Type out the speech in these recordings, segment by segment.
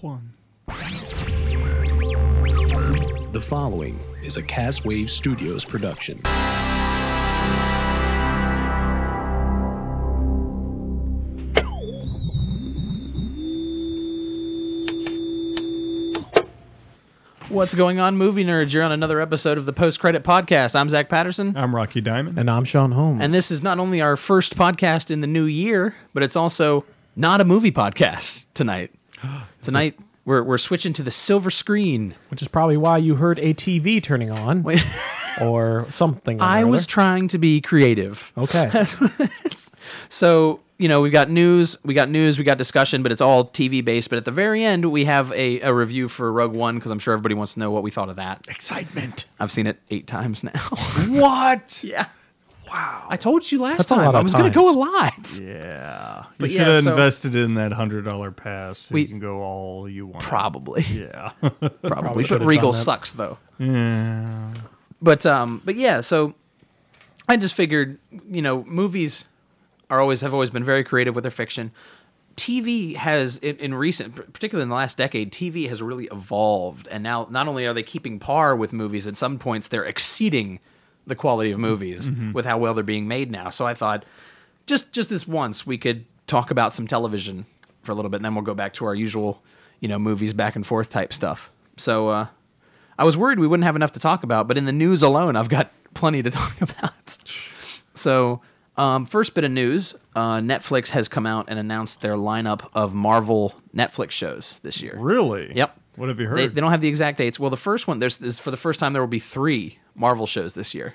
Juan. The following is a Cast Wave Studios production. What's going on, movie nerds? You're on another episode of the Post Credit Podcast. I'm Zach Patterson. I'm Rocky Diamond. And I'm Sean Holmes. And this is not only our first podcast in the new year, but it's also not a movie podcast tonight. Tonight, we're, we're switching to the silver screen. which is probably why you heard a TV turning on or something. or I other. was trying to be creative. okay. So, you know, we've got news, we got news, we got discussion, but it's all TV based. But at the very end, we have a, a review for Rogue One because I'm sure everybody wants to know what we thought of that. Excitement. I've seen it eight times now. What? yeah. Wow. I told you last That's a time lot I of was going to times. go a lot. Yeah. But you should yeah, have so- invested in that hundred dollar pass. So We- you can go all you want. Probably. Yeah. probably. should've but Regal done that. sucks though. yeah. But um, but yeah. So I just figured, you know, movies are always have always been very creative with their fiction. TV has in, in recent, particularly in the last decade, TV has really evolved, and now not only are they keeping par with movies, at some points they're exceeding the quality of movies with how well they're being made now. So I thought, just just this once, we could talk about some television for a little bit, and then we'll go back to our usual, you know, movies back and forth type stuff. So uh, I was worried we wouldn't have enough to talk about, but in the news alone, I've got plenty to talk about. So, um, first bit of news uh, Netflix has come out and announced their lineup of Marvel Netflix shows this year. Really? Yep. What have you heard? They, they don't have the exact dates. Well, the first one, there's this, for the first time, there will be three Marvel shows this year.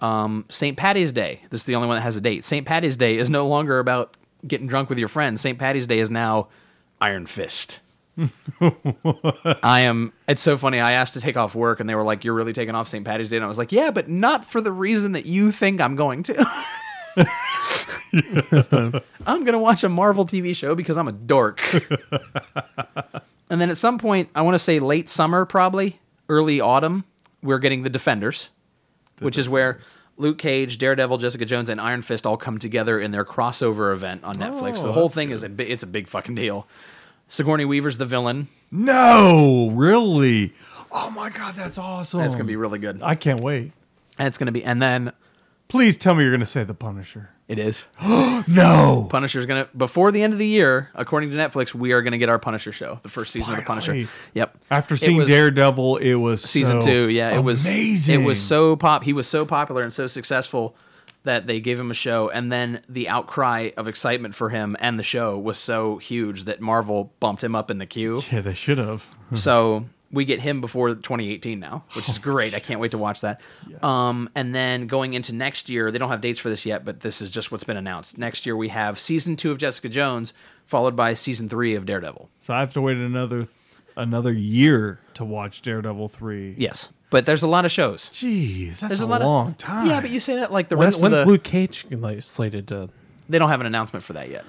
Um, St. Patty's Day, this is the only one that has a date. St. Patty's Day is no longer about getting drunk with your friends. St. Patty's Day is now Iron Fist. I am. It's so funny. I asked to take off work, and they were like, "You're really taking off St. Patty's Day," and I was like, "Yeah, but not for the reason that you think I'm going to. I'm gonna watch a Marvel TV show because I'm a dork." and then at some point, I want to say late summer, probably early autumn, we're getting the Defenders, which is where. Luke Cage, Daredevil, Jessica Jones, and Iron Fist all come together in their crossover event on Netflix. Oh, so the whole thing is a bi- it's a big fucking deal. Sigourney Weaver's the villain. no, really. Oh my god, that's awesome. That's gonna be really good. I can't wait. And it's gonna be, and then Please tell me you're gonna say the Punisher. it is No. Punisher's gonna before the end of the year, according to Netflix, we are gonna get our Punisher show, the first season of the Finally. Punisher. Yep. After It seeing was Daredevil, it was season so two, yeah, it was amazing. It was so pop. He was so popular and so successful that they gave him a show, and then the outcry of excitement for him and the show was so huge that Marvel bumped him up in the queue. Yeah, they should have. so we get him before 2018 now, which Oh, is great. I can't wait to watch that. Um, and then going into next year, they don't have dates for this yet, but this is just what's been announced. Next year we have season two of Jessica Jones, followed by season three of Daredevil. So I have to wait another another year to watch Daredevil three. Yes, but there's a lot of shows. Jeez, that's There's a, a, lot long of time. Yeah, but you say that like the When, rest when's of the Luke Cage like, slated to? they don't have an announcement for that yet.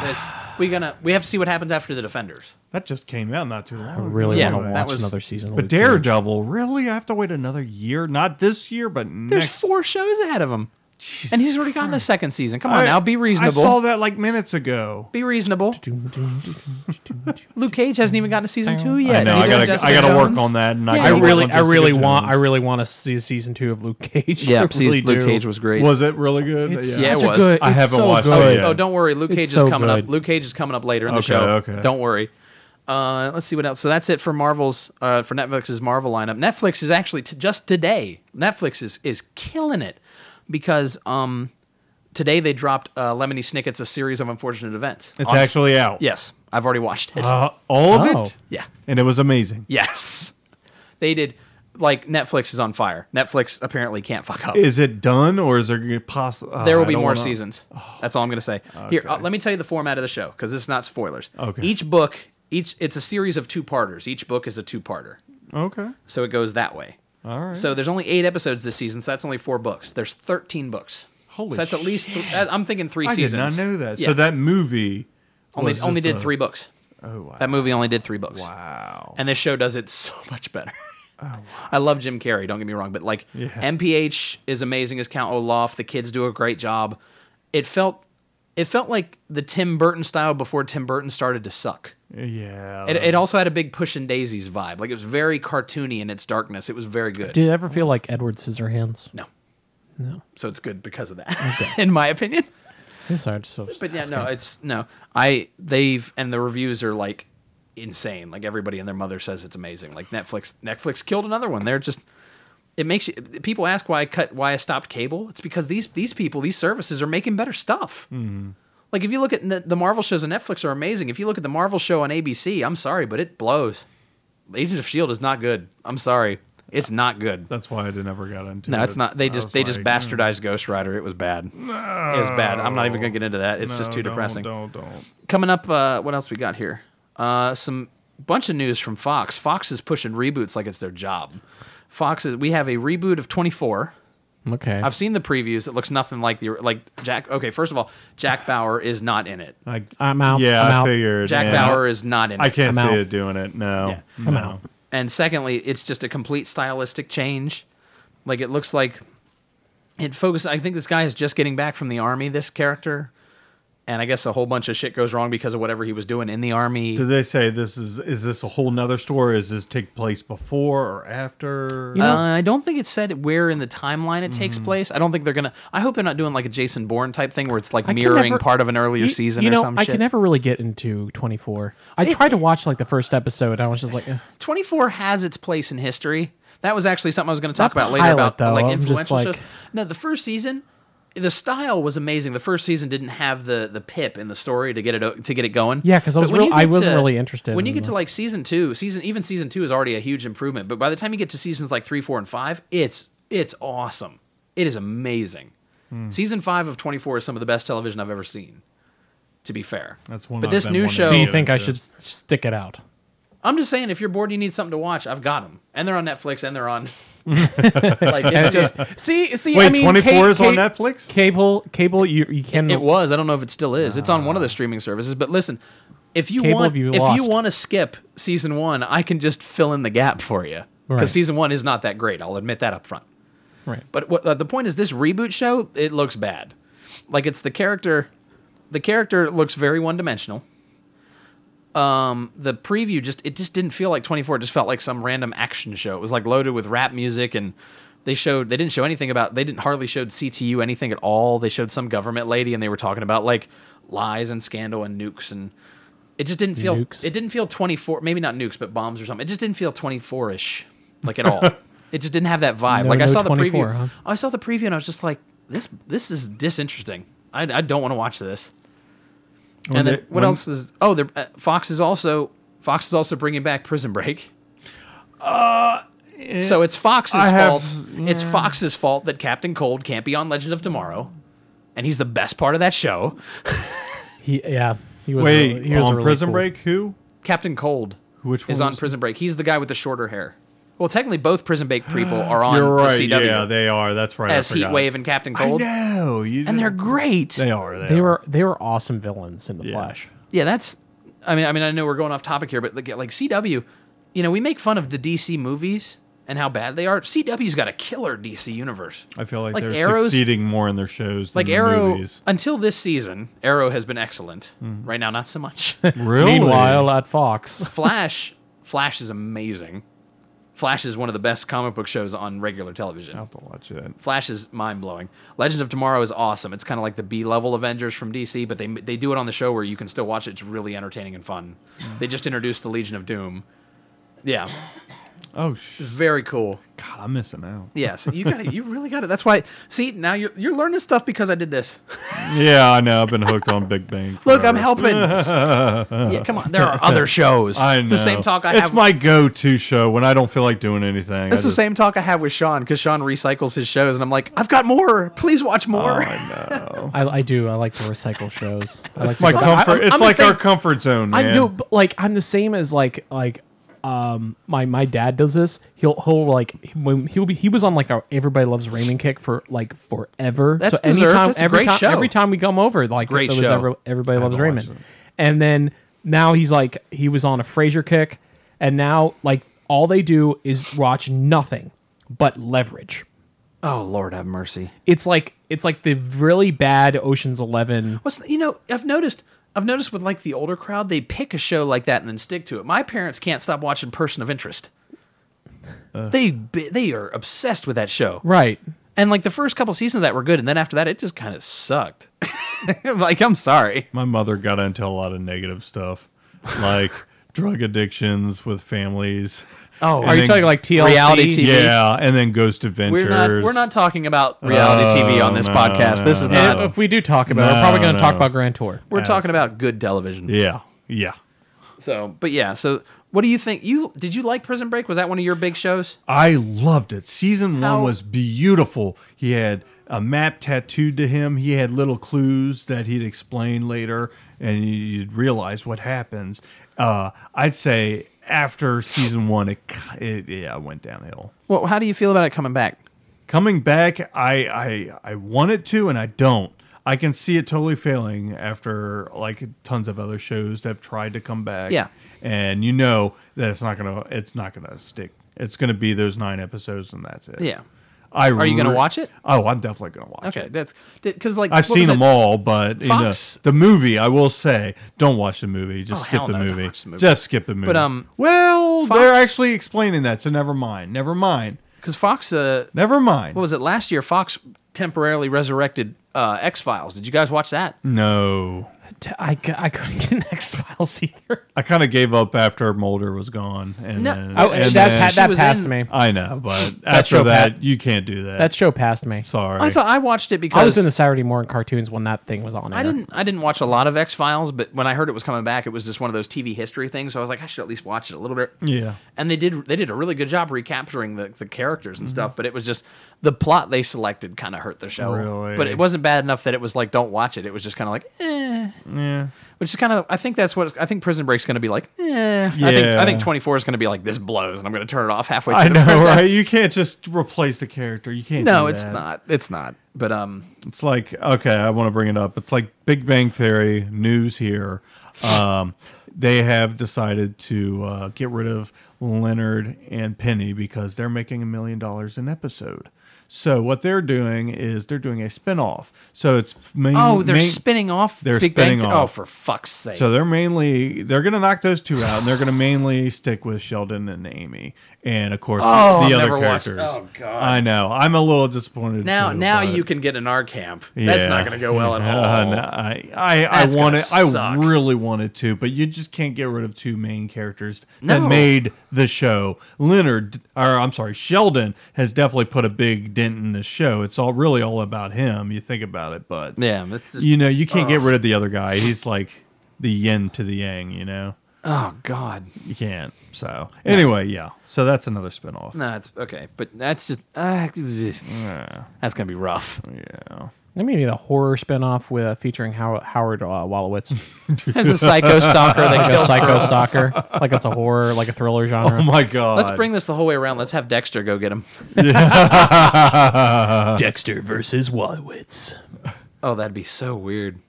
There's- we gonna we have to see what happens after the Defenders. that just came out not too long. I really Yeah, want to that watch was- another season. of But Luke Cage. Daredevil, really? I have to wait another year? Not this year, but There's next. four shows ahead of him, and he's already gotten a second season. Come on I- now, be reasonable. I saw that like minutes ago. Be reasonable. Luke Cage hasn't even gotten to season two yet. I know. I Neither has gotta. I Jessica gotta work Jones. on that. And Yeah, I gotta work really, on I really Jessica want, I Jones. really want to see season two of Luke Cage. Yeah, I see, really Luke do. Cage was great. Was it really good? It's Yeah, it such a was. good. I it's haven't so watched it good. yet. Oh, don't worry. Luke It's Cage so is coming up. good. Luke Cage is coming up later in Okay, the show. okay. Don't worry. Uh, let's see what else. So that's it for Marvel's uh, for Netflix's Marvel lineup. Netflix is actually t- just today. Netflix is is killing it because um, today they dropped uh, Lemony Snicket's A Series of Unfortunate Events. It's On- actually out. yes, I've already watched it. Uh, all of Oh. it. yeah. And it was amazing. Yes. They did like Netflix is on fire. Netflix apparently can't fuck up. Is it done, or is there possible? there will be more seasons. Oh, That's all I'm going to say. Here, uh, let me tell you the format of the show cuz this is not spoilers. Okay. Each book, each it's a series of two-parters. Each book is a two-parter. Okay. So it goes that way. All right. So there's only 8 episodes this season, so that's only 4 books. There's 13 books. Holy So that's at least th- shit. I'm thinking 3 I did seasons. not know that. Yeah. So that movie only was only just did a- 3 books. Oh wow. That movie only did 3 books. wow. and this show does it so much better. I love Jim Carrey. Don't get me wrong, but like MPH is amazing as Count Olaf. The kids do a great job. It felt it felt like the Tim Burton style before Tim Burton started to suck. Yeah. It, it also had a big Push and Daisies vibe. Like it was very cartoony in its darkness. It was very good. Did it ever feel like Edward Scissorhands? no. No. So it's good because of that, in my opinion. Sorry, I'm just so But yeah, no, asking. it's no. I they've and the reviews are like insane. Like everybody and their mother says it's amazing. Like Netflix Netflix killed another one. They're just it makes you people ask why I cut why I stopped cable. It's because these these people, these services are making better stuff. Mm-hmm. Like if you look at the, the Marvel shows on Netflix are amazing. If you look at the Marvel show on ABC, I'm sorry, but it blows. Agents of Shield E is not good. I'm sorry. It's not good. That's why I never got into it. No, it's not. They I just was they just like, "Mm, bastardized Ghost Rider. It was bad. It was bad. I'm not even gonna get into that. It's just no, too don't, depressing. Don't, don't. Coming up, uh, what else we got here? Uh, some bunch of news from Fox. Fox is pushing reboots like it's their job. Fox is. We have a reboot of 24. okay. I've seen the previews. It looks nothing like the like Jack. Okay, first of all, Jack Bauer is not in it. I, I'm out. yeah, I'm I out. figured. Jack man. Bauer is not in it. I can't I'm see out. it doing it. No. Yeah. no. and secondly, it's just a complete stylistic change. Like it looks like it focused. I think this guy is just getting back from the army. This character, and I guess a whole bunch of shit goes wrong because of whatever he was doing in the army. Did they say this is is this a whole nother story? Is this take place before or after? You know- Mm-hmm. uh, I don't think it said where in the timeline it takes place. I don't think they're gonna. I hope they're not doing like a Jason Bourne type thing where it's like I can mirroring never- part of an earlier You- season you know, or some I shit. can never really get into 24. I tried to watch like the first episode. And I was just like, eh. 24 has its place in history. That was actually something I was going to talk That about later pilot, about though, like I'm just influential like- shows. No, the first season, the style was amazing. The first season didn't have the the pip in the story to get it o- to get it going. Yeah, 'cause I But was when real- you I get wasn't really interested When you in get to the- like season two, season even season two is already a huge improvement. But by the time you get to seasons like three, four, and five, it's it's awesome. It is amazing. Hmm. Season five of 24 is some of the best television I've ever seen. To be fair, That's one But I've this been new wanting to show, so you get think I into. should s- stick it out? I'm just saying, if you're bored, you need something to watch. I've got them, and they're on Netflix, and they're on. like it's just See, see, Wait, I mean, 24 ca- is on ca- Netflix? Cable, cable, you, you can. it was. I don't know if it still is. It's on one of the streaming services. But listen, if you Cable want, have you if lost? you want to skip season one, I can just fill in the gap for you because Right. season one is not that great. I'll admit that up front. Right. But what, uh, the point is, this reboot show it looks bad. Like it's the character, the character looks very one dimensional. Um, the preview just it just didn't feel like 24. It just felt like some random action show. It was like loaded with rap music and they showed they didn't show anything about they didn't hardly showed CTU anything at all. They showed some government lady and they were talking about like lies and scandal and nukes and it just didn't feel Nukes? it didn't feel 24 maybe not nukes but bombs or something. It just didn't feel 24ish like at all. it just didn't have that vibe. No- like I no saw the 24, preview. Oh, huh? I saw the preview and I was just like, this this is disinteresting. I, I don't want to watch this. When and then they- what when- else is? Oh, they're- uh, Fox is also Fox is also bringing back Prison Break. Uh, so it's Fox's I have- fault. It's Fox's fault that Captain Cold can't be on Legend of Tomorrow, and he's the best part of that show. He, yeah. He was Wait, really- he was on really Prison cool. Break? Who? Captain Cold Which one is on was- Prison Break. He's the guy with the shorter hair. Well, technically, both Prison Break people are on You're right. the CW Yeah, they are. That's right. as I forgot. Heat Wave and Captain I Cold, know. You and they're did- great. They are. They, They are. were they were awesome villains in the Flash. yeah, that's. I mean, I mean, I know we're going off topic here, but like, like CW, you know, we make fun of the DC movies and how bad they are. CW's got a killer DC universe. I feel like, Like they're Arrow's- succeeding more in their shows than Like the Arrow, movies. Mm-hmm. until this season, Arrow has been excellent. Right now, not so much. Really? Meanwhile, at Fox, Flash, Flash is amazing. Flash is one of the best comic book shows on regular television. I have to watch it. Flash is mind blowing. Legends of Tomorrow is awesome. It's kind of like the B level Avengers from DC, but they they do it on the show where you can still watch it. It's really entertaining and fun. They just introduced the Legion of Doom. Yeah, Oh sh- it's very cool. God, I'm missing out. Yes, you got it. You really got it. That's why. See, now you're you're learning stuff because I did this. Yeah, I know. I've been hooked on Big Bang. Look, I'm forever. helping. yeah, come on. There are other shows. I know. It's the same talk I it's have. my go-to show when I don't feel like doing anything. I That's the just- same talk I have with Sean because Sean recycles his shows, and I'm like, I've got more. Please watch more. Oh, I, I do. I like to recycle shows. I like It's my to go back- comfort. I'm- it's I'm the like same- our comfort zone, man. I know, but like I'm the same as like like um my my dad does this. He'll he'll like when he'll be he was on like our Everybody Loves Raymond kick for like forever. That's so deserved. anytime That's a every great time show. every time we come over like great it was show. Every- Everybody Loves watched Raymond. it. And then now he's like he was on a Frasier kick and now like all they do is watch nothing but leverage. Oh Lord, have mercy. It's like it's like the really bad Ocean's Eleven. What's you know, I've noticed I've noticed with like the older crowd, they pick a show like that and then stick to it. My parents can't stop watching Person of Interest. They they they are obsessed with that show. Right. And like the first couple seasons of that were good, and then after that, it just kind of sucked. like I'm sorry. My mother got into a lot of negative stuff, like drug addictions with families. Oh, And are you then- talking like TLC? Reality TV. Yeah, and then Ghost Adventures. We're not we're not talking about reality TV on this Oh, no, podcast. this is Uh, no, not. And if we do talk about No, it, we're probably going to talk no. about Grand Tour. We're talking about good television. Yeah, yeah. So, but yeah. So, what do you think? You did you like Prison Break? Was that one of your big shows? I loved it. Season How- one was beautiful. He had a map tattooed to him. He had little clues that he'd explain later, and you'd realize what happens. Uh, I'd say after season one, it, ki- it yeah went downhill. Well, how do you feel about it coming back? Coming back, I I I want it to, and I don't. I can see it totally failing after like tons of other shows that have tried to come back. Yeah. and you know that it's not gonna it's not gonna stick. It's gonna be those nine episodes, and that's it. Yeah. I Are you gonna re- watch it? Oh, I'm definitely gonna watch it. Okay, that's because like I've what seen was them it? all, but you know, Fox? the movie, I will say, don't watch the movie. Just Oh, skip hell the, no, don't movie. watch the movie. Just skip the movie. um, well, they're Fox- actually explaining that, so never mind. Never mind. Because Fox, uh, Never mind. what was it last year? Fox temporarily resurrected uh, X Files. Did you guys watch that? no, I, cou- I couldn't get an X Files either. I kind of gave up after Mulder was gone, and No. then, Oh, and that, then- pa- she that was passed in- me. I know, but after show that, pa- you can't do that. That show passed me. sorry. I thought I watched it because I was in the Saturday morning cartoons when that thing was on. Air. I didn't. I didn't watch a lot of X Files, but when I heard it was coming back, it was just one of those TV history things. So I was like, I should at least watch it a little bit. yeah, And they did. They did a really good job recapturing the, the characters Mm-hmm. and stuff. But it was just the plot they selected kind of hurt the show. Really? But it wasn't bad enough that it was like, don't watch it. It was just kind of like, eh. yeah. Which is kind of. I think that's what. I think Prison Break's going to be like, eh. I think. I Yeah. think Twenty Four is going to be like, this blows, and I'm going to turn it off halfway. through I the know, first right? episode. You can't just replace the character. You can't. no, do it's that. not. It's not. But um, It's like okay, I want to bring it up. It's like Big Bang Theory news here. Um, they have decided to uh, get rid of Leonard and Penny because they're making a million dollars an episode. So what they're doing is they're doing a spinoff. So it's main, oh, they're main- spinning off. they're Big Bang spinning Theory. Oh, off. for fuck's sake. So they're mainly they're gonna knock those two out, and they're gonna mainly stick with Sheldon and Amy, and of course Oh, the I've other never watched- characters. oh, God. I know. I'm a little disappointed. Now, too, now but- you can get an R camp. That's not going to go well at all. Uh, no, I, I, I That's gonna wanted, I suck. really wanted to, but you just can't get rid of two main characters No. that made the show. Leonard, or I'm sorry, Sheldon has definitely put a big dent in the show. It's all really all about him. You think about it, but Yeah, that's just. you know, you can't get rid of the other guy. He's like the yin to the yang. You know, oh God. you can't. So anyway, yeah. So that's another spinoff. No, it's okay, but that's just. Uh, that's going to be rough. Yeah. That may be the horror spinoff with uh, featuring How- Howard uh, Wolowitz, As a psycho stalker, that like a kills. psycho stalker, like it's a horror, like a thriller genre. Oh my god. Let's bring this the whole way around. Let's have Dexter go get him. Dexter versus Wolowitz. Oh, that'd be so weird.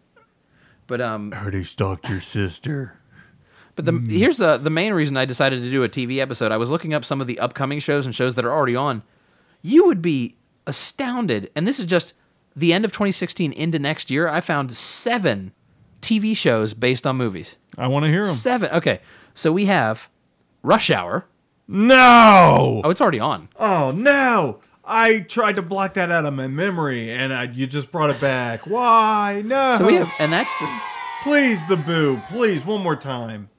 But um, I heard he stalked your sister. But the, Mm. here's uh, the the main reason I decided to do a TV episode. I was looking up some of the upcoming shows and shows that are already on. You would be astounded, and this is just the end of 2016 into next year. I found seven TV shows based on movies. I want to hear him. Seven. Okay, so we have Rush Hour. No. Oh, it's already on. Oh no! I tried to block that out of my memory, and I, you just brought it back. Why? No. So we have, and that's just Please, the boo. Please, one more time.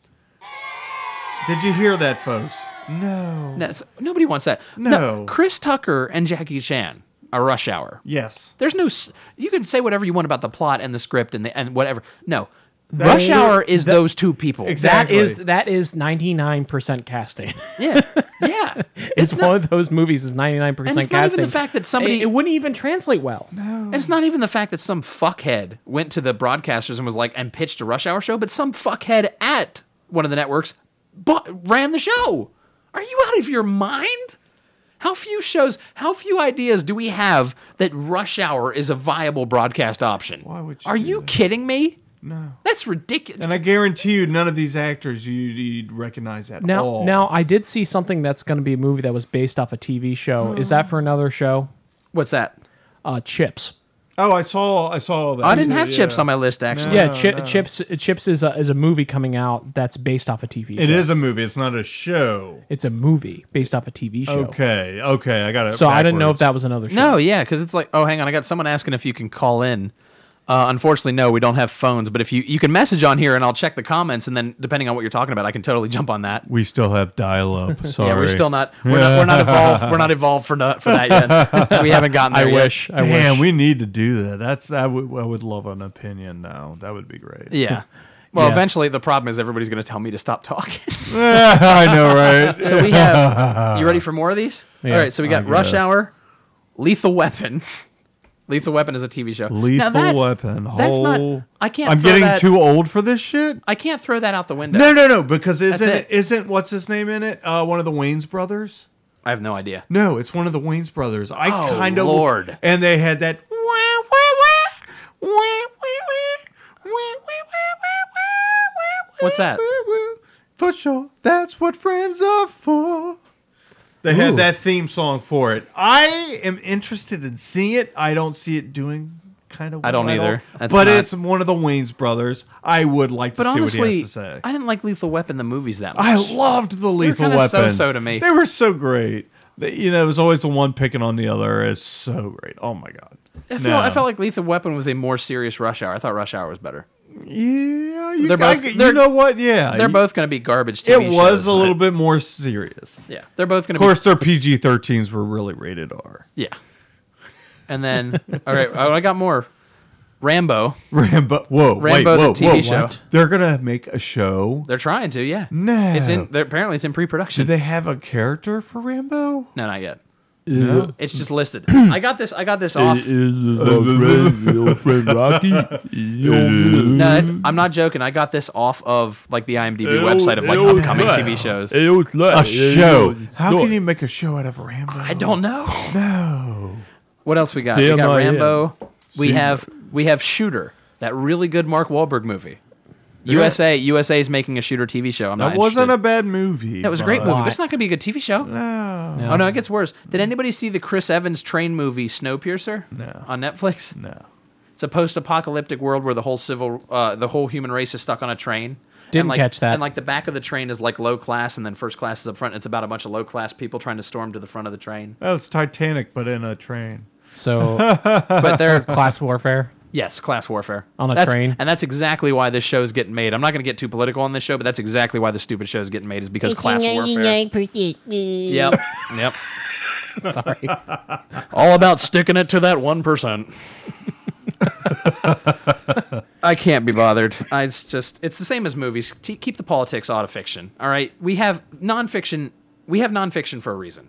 Did you hear that, folks? No. that's, nobody wants that. No. Chris Tucker and Jackie Chan are Rush Hour. Yes. There's no. s- You can say whatever you want about the plot and the script and the, and whatever. No, Rush Hour is those two people. Exact- That Exactly. is that is ninety nine percent casting. Yeah, yeah. It's, one of those movies is ninety nine And percent it's not casting. even the fact that somebody. it, it wouldn't even translate well. Oh. and it's not even the fact that some fuckhead went to the broadcasters and was like and pitched a rush hour show, but some fuckhead at one of the networks bought, ran the show. Are you out of your mind? How few shows, how few ideas do we have that rush hour is a viable broadcast option? Why would you Are do you that? kidding me? No. That's ridiculous. And I guarantee you, none of these actors you, you'd recognize at Now, all. now I did see something that's going to be a movie that was based off a TV show. Is that for another show? What's that? Uh, Chips. Oh, I saw. I saw that. I didn't have Yeah. chips on my list actually. Yeah, No, Chip, Oh, no. Chips Chips is a, is a movie coming out that's based off a TV show. It is a movie. It's not a show. It's a movie based off a TV show. Okay. Okay. I got it. So I didn't know if backwards. that was another show. No, yeah, because it's like, oh, hang on, I got someone asking if you can call in. Uh, unfortunately, no, we don't have phones. But if you you can message on here, and I'll check the comments, and then depending on what you're talking about, I can totally jump on that. We still have dial up. Sorry. Yeah, we're still not we're not we're not evolved we're not evolved for not, for that yet. we haven't gotten I there yet. wish. I Damn, wish. we need to do that. That's that. Would, I would love an opinion now. That would be great. Yeah. Well, Yeah. eventually the problem is everybody's going to tell me to stop talking. I know, right? so we have. You ready for more of these? Yeah, All right. So we got I Rush guess. Hour, Lethal Weapon. Lethal Weapon is a TV show. Now Lethal that- weapon. that's not- Whole- I can't I'm throw getting that- too old for this shit. I can't throw that out the window. No, no, no. Because isn't it. isn't what's his name in it? Uh, one of the Wayne's brothers. I have no idea. No, it's one of the Wayne's brothers. I Oh, kind of Lord. And they had that. wah, wah, wah, wah, wah, wah, wah, wah, wah, wah, What's that? wah, wah. For sure, that's what friends are for. They had Ooh. that theme song for it. I am interested in seeing it. I don't see it doing kind of. I don't well at all. either. That's but not- it's one of the Wayne's brothers. I would like to But see what he honestly, has to say. I didn't like Lethal Weapon the movies that much. I loved the Lethal kinda Weapon. so-so to me. They were so great. They- you know, it was always the one picking on the other. It's so great. Oh my god. I, felt, No. I felt like Lethal Weapon was a more serious Rush Hour. I thought Rush Hour was better. yeah. You, They're I both- get- you they're- know what? Yeah, They're you- both going to be garbage. TV It was shows, a little but- bit more serious. Yeah, they're both going to. Of course, their PG-13s were really rated R. Yeah. And then, all right, oh, I got more. Rambo. Rambo. Whoa. wait, Rambo, the whoa, TV whoa. show. What? They're gonna make a show. They're trying to, yeah. No. It's in. They're, apparently, it's in Do pre-production. they have a character for Rambo? no, not yet. No. It's just listed. I got this. I got this off. No, that's, I'm not joking. I got this off of like the IMDb website of like upcoming TV shows. A show. How can you make a show out of Rambo? I don't know. know. What else we got? Yeah, we got no, yeah. Rambo. We See- have we have Shooter. That really good Mark Wahlberg movie. USA USA is making a Shooter TV show. I'm not. That wasn't a interested. bad movie. That was a great but- movie, but it's not going to be a good TV show. No. Oh no, it gets worse. Did anybody see the Chris Evans train movie Snowpiercer? No. On Netflix, No. it's a post-apocalyptic world where the whole civil, uh, the whole human race is stuck on a train. Didn't and like, catch that. And like the back of the train is like low class, and then first class is up front. It's about a bunch of low class people trying to storm to the front of the train. That was Titanic, but in a train. So But they're class warfare. yes, class warfare On a That's- train. and that's exactly why this show's getting made. I'm not going to get too political on this show, but that's exactly why the stupid show's getting made is because class warfare. Yep, yep. Sorry. All about sticking it to that one percent. I can't be bothered. I, it's just it's the same as movies. T- keep the politics out of fiction. All right, we have nonfiction. We have nonfiction for a reason.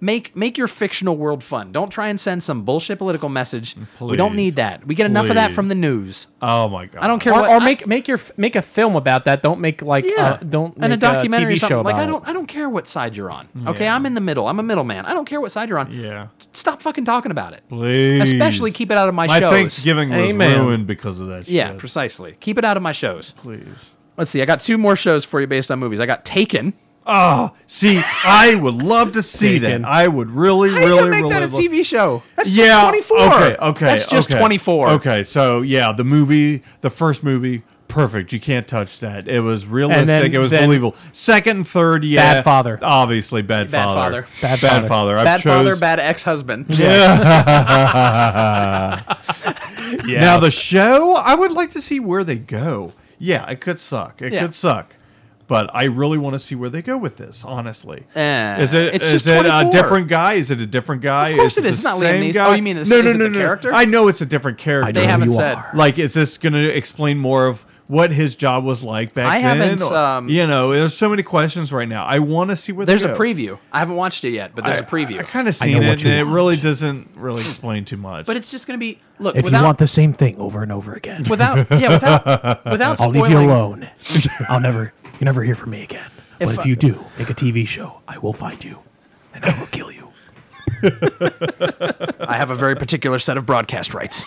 Make make your fictional world fun. Don't try and send some bullshit political message. we don't Please. need that. We get enough of that Please. from the news. Oh my god. I don't care or what. or I- make make your f- make a film about that. Don't make like uh, don't and a make documentary TV or something show like about I it. don't I don't care what side you're on. Okay, Yeah. I'm in the middle. I'm a middleman. I don't care what side you're on. Yeah. Stop fucking talking about it. Please. Especially keep it out of my, My shows. Thanksgiving was Amen. ruined because of that Yeah, shit. precisely. Keep it out of my shows. Please. Let's see. I got two more shows for you based on movies. I got Taken. Oh, see, I would love to see Taken. that. I would really, How really, you make really. that a love- TV show? That's just yeah. 24. Okay. Okay. That's just okay. 24. Okay. So yeah, the movie, the first movie, perfect. You can't touch that. It was realistic. then- it was then- believable. Second and third, yeah. Bad Father. Obviously, bad, Bad father. Father. Bad bad Father. father. I've Bad father, chose- bad ex-husband. yeah. Now the show, I would like to see where they go. Yeah, it could suck. It Yeah. could suck. But I really want to see where they go with this, honestly. Eh, is it it's is just it a 24. different guy? Is it a different guy? Of course it the is. It's not Liam same Neeson. guy? Oh, you mean it's- no, is no, it no, the no, no. character? I know it's a different character. know they who haven't you said. are. Like, is this going to explain more of what his job was like back I then? haven't, Or- um, you know, there's so many questions right now. I want to see where There's they a go. preview. I haven't watched it yet, but there's I- a preview. I, kind of I know seen what it, you and it want. really doesn't really explain too much. but it's just going to be look If without you want the same thing over and over again, without yeah without without I'll spoiling. leave you alone. I'll never you never hear from me again. But If if I- you do make a TV show, I will find you and I will kill you. I have a very particular set of broadcast rights.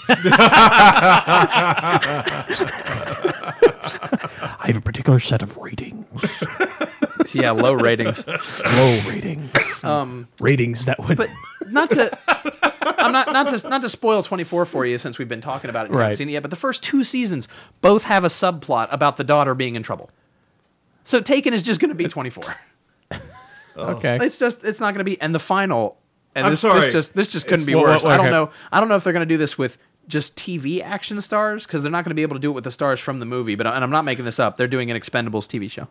I have a particular set of ratings, yeah, low ratings. Um, low ratings, ratings that would. But not to I'm not not to not to spoil 24 for you since we've been talking about it. and You haven't Right. seen it yet, but the first two seasons both have a subplot about the daughter being in trouble. So Taken is just going to be 24. Oh. okay. It's just it's not going to be. And the final. And I'm this, sorry. this just this just couldn't It's- be well, worse. well, I don't okay. know. I don't know if they're going to do this with just TV action stars because they're not going to be able to do it with the stars from the movie. But and I'm not making this up. They're doing an Expendables TV show.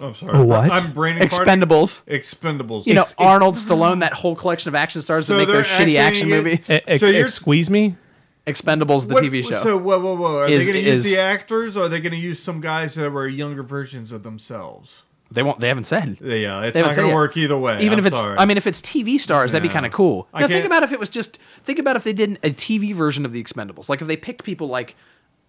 I'm sorry. What? I'm braining Expendables. Expendables. You know Ex- Arnold Stallone, that whole collection of action stars So that make they're those shitty action actually- movies. E- ex- So you're- squeeze me. Expendables, the What- TV show. So whoa, whoa, whoa! Are Is- they going to use is- the actors? or Are they going to use some guys that were younger versions of themselves? They won't. They haven't said. Yeah, it's They haven't not said going to yet. work either way. Even I'm if it's, sorry. I mean, if it's TV stars, that'd be Yeah. kind of cool. I Now, think can't- about if it was just. Think about if they did a TV version of the Expendables. Like if they picked people like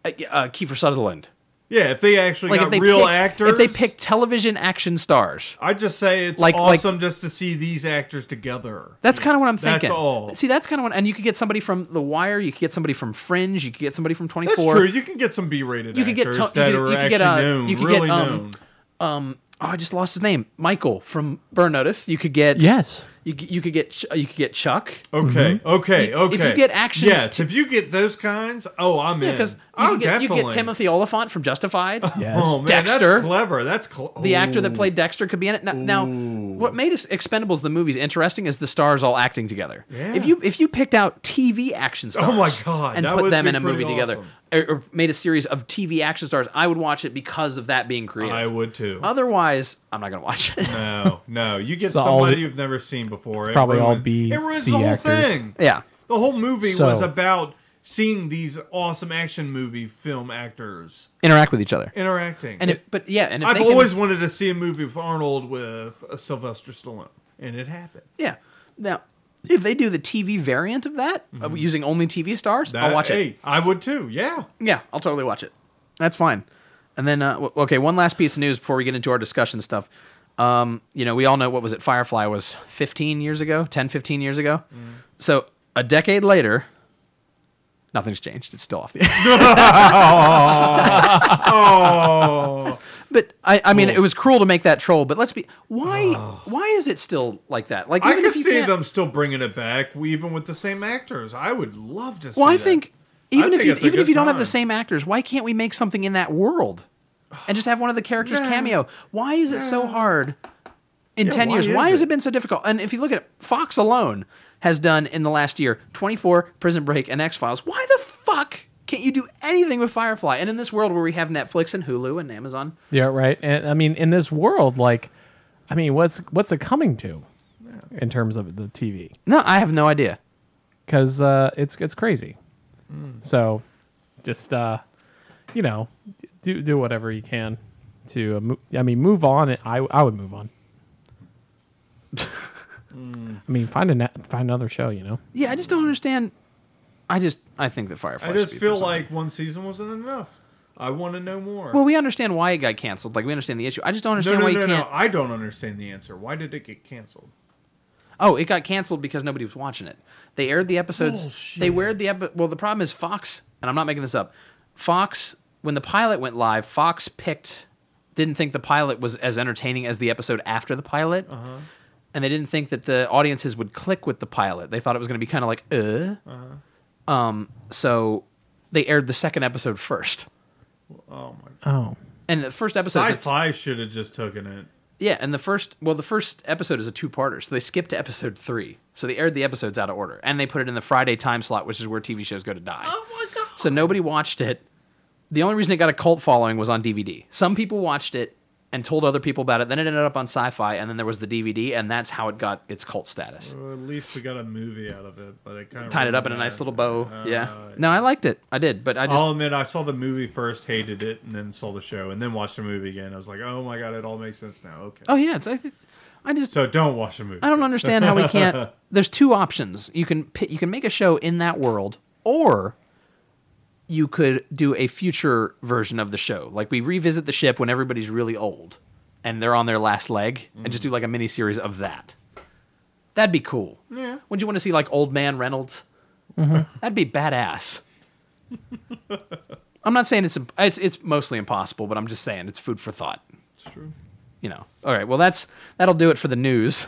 uh, uh, Kiefer Sutherland. yeah, if they actually Like got if they real picked, actors, If they picked television action stars. I'd just say it's Like- like- awesome just to see these actors together. That's kind of what I'm That's thinking. all. See, that's kind of what, and you could get somebody from The Wire. You could get somebody from Fringe. You could get somebody from Twenty That's Four. true. You can get some B-rated You could get actors to- you that could- are you could actually get, uh, known, you could get, really um, known. um oh, I just lost his name. Michael from Burn Notice. You could get Yes. You, c- you could get Ch- you could get Chuck. Okay, okay, If- okay. if you get action- yes. If you get those kinds, oh, I'm in. because you, oh, could get- you could definitely. get Timothy Oliphant from Justified. Yes. Oh man, Dexter. that's clever. That's cl- The actor that played Dexter could be in it. Now, now what made us Expendables the movies interesting is the stars all acting together. Yeah. If you if you picked out TV action stars, Oh my God, and that put would them be in a movie pretty together, or, or made a series of TV action stars, I would watch it because of that being creative. I would too. Otherwise, I'm not gonna watch it. No, no. You get So all somebody the- you've never seen before. It probably all ruined- B, It ruins C the whole actors. thing. yeah. The whole movie So- was about seeing these awesome action movie film actors Interact with each other. interacting. And if, but yeah, and if I've they can- always wanted to see a movie with Arnold with uh, Sylvester Stallone, and it happened. Yeah. Now, if they do the TV variant of that, of using only TV stars, I'll Mm-hmm. That- watch hey, it. I would too. Yeah. Yeah, I'll totally watch it. That's fine. And then, uh, w- okay, one last piece of news before we get into our discussion stuff. Um, you know, we all know what was it? Firefly was 15 years ago, 10, 15 years ago. Mm. So a decade later, nothing's changed. It's still off the air. Oh, but I, I mean, it was cruel to make that troll. But let's be why? Why is it still like that? Like Oh. I even could if you see can't- them still bringing it back, even with the same actors. I would love to. see Well, I that. think even I if think you it's a even if good you don't have the time. same actors, why can't we make something in that world and just have one of the characters Nah. cameo? Why is it so hard in Yeah, ten why years? is why has it? it been so difficult? And if you look at it, Fox alone has done in the last year twenty four Prison Break and X Files. Why the fuck can't you do anything with Firefly? And in this world where we have Netflix and Hulu and Amazon, Yeah, right. And I mean, in this world, like, I mean, what's what's it coming to in terms of the TV? no, I have no idea. Because uh, it's it's crazy. So, just uh, you know, do do whatever you can to. Uh, mo- I mean, move on. I I would move on. I mean, find a net, find another show. You know. Yeah, I just don't understand. I just I think that Firefly. I should just be feel for something. like one season wasn't enough. I want to know more. Well, we understand why it got canceled. Like we understand the issue. I just don't no, understand no, why no, you can't. no. I don't understand the answer. Why did it get canceled? Oh, it got canceled because nobody was watching it. They aired the episodes. They aired the epi- well. The problem is Fox, and I'm not making this up. Fox, when the pilot went live, Fox picked didn't think the pilot was as entertaining as the episode after the pilot, and they didn't think that the audiences would click with the pilot. They thought it was going to be kind of like uh, um. So they aired the second episode first, Oh my Oh. and the first episode. Sci-fi should have just taken it. Yeah, and the first well, the first episode is a two-parter, so they skipped to episode three. So they aired the episodes out of order, and they put it in the Friday time slot, which is where TV shows go to die. Oh my god! So nobody watched it. The only reason it got a cult following was on DVD. Some people watched it and told other people about it. Then it ended up on Sci-Fi, and then there was the DVD, and that's how it got its cult status. Well, at least we got a movie out of it, but it kind of Tied it up in a nice little bow. yeah. No, I liked it. I did, but I just Uh, I'll admit, I saw the movie first, hated it, and then saw the show, and then watched the movie again. I was like, "Oh my god, it all makes sense now." Okay, oh yeah, it's like I just so don't watch the movie. I don't understand how we can't. There's two options. You can pi- you can make a show in that world, or you could do a future version of the show. Like we revisit the ship when everybody's really old and they're on their last leg, and just do like a mini series of that. That'd be cool. Yeah. Would you want to see like Old Man Reynolds? That'd be badass. I'm not saying it's, imp- it's it's mostly impossible, but I'm just saying it's food for thought. It's true. You know. All right. Well, that's that'll do it for the news.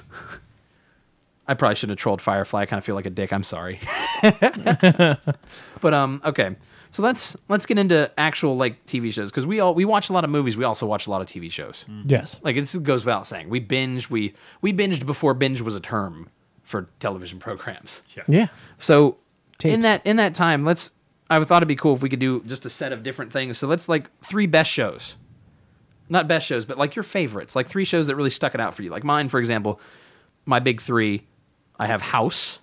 I probably shouldn't have trolled Firefly. I kind of feel like a dick. I'm sorry. but um, okay. So let's let's get into actual like TV shows because we all we watch a lot of movies. We also watch a lot of TV shows. Yes. Like this goes without saying. We binged. We we binged before binge was a term for television programs. Yeah. So Tapes. in that in that time, let's. I thought it'd be cool if we could do just a set of different things. So let's like three best shows, not best shows, but like your favorites, like three shows that really stuck it out for you. Like mine, for example, my big three. I have House.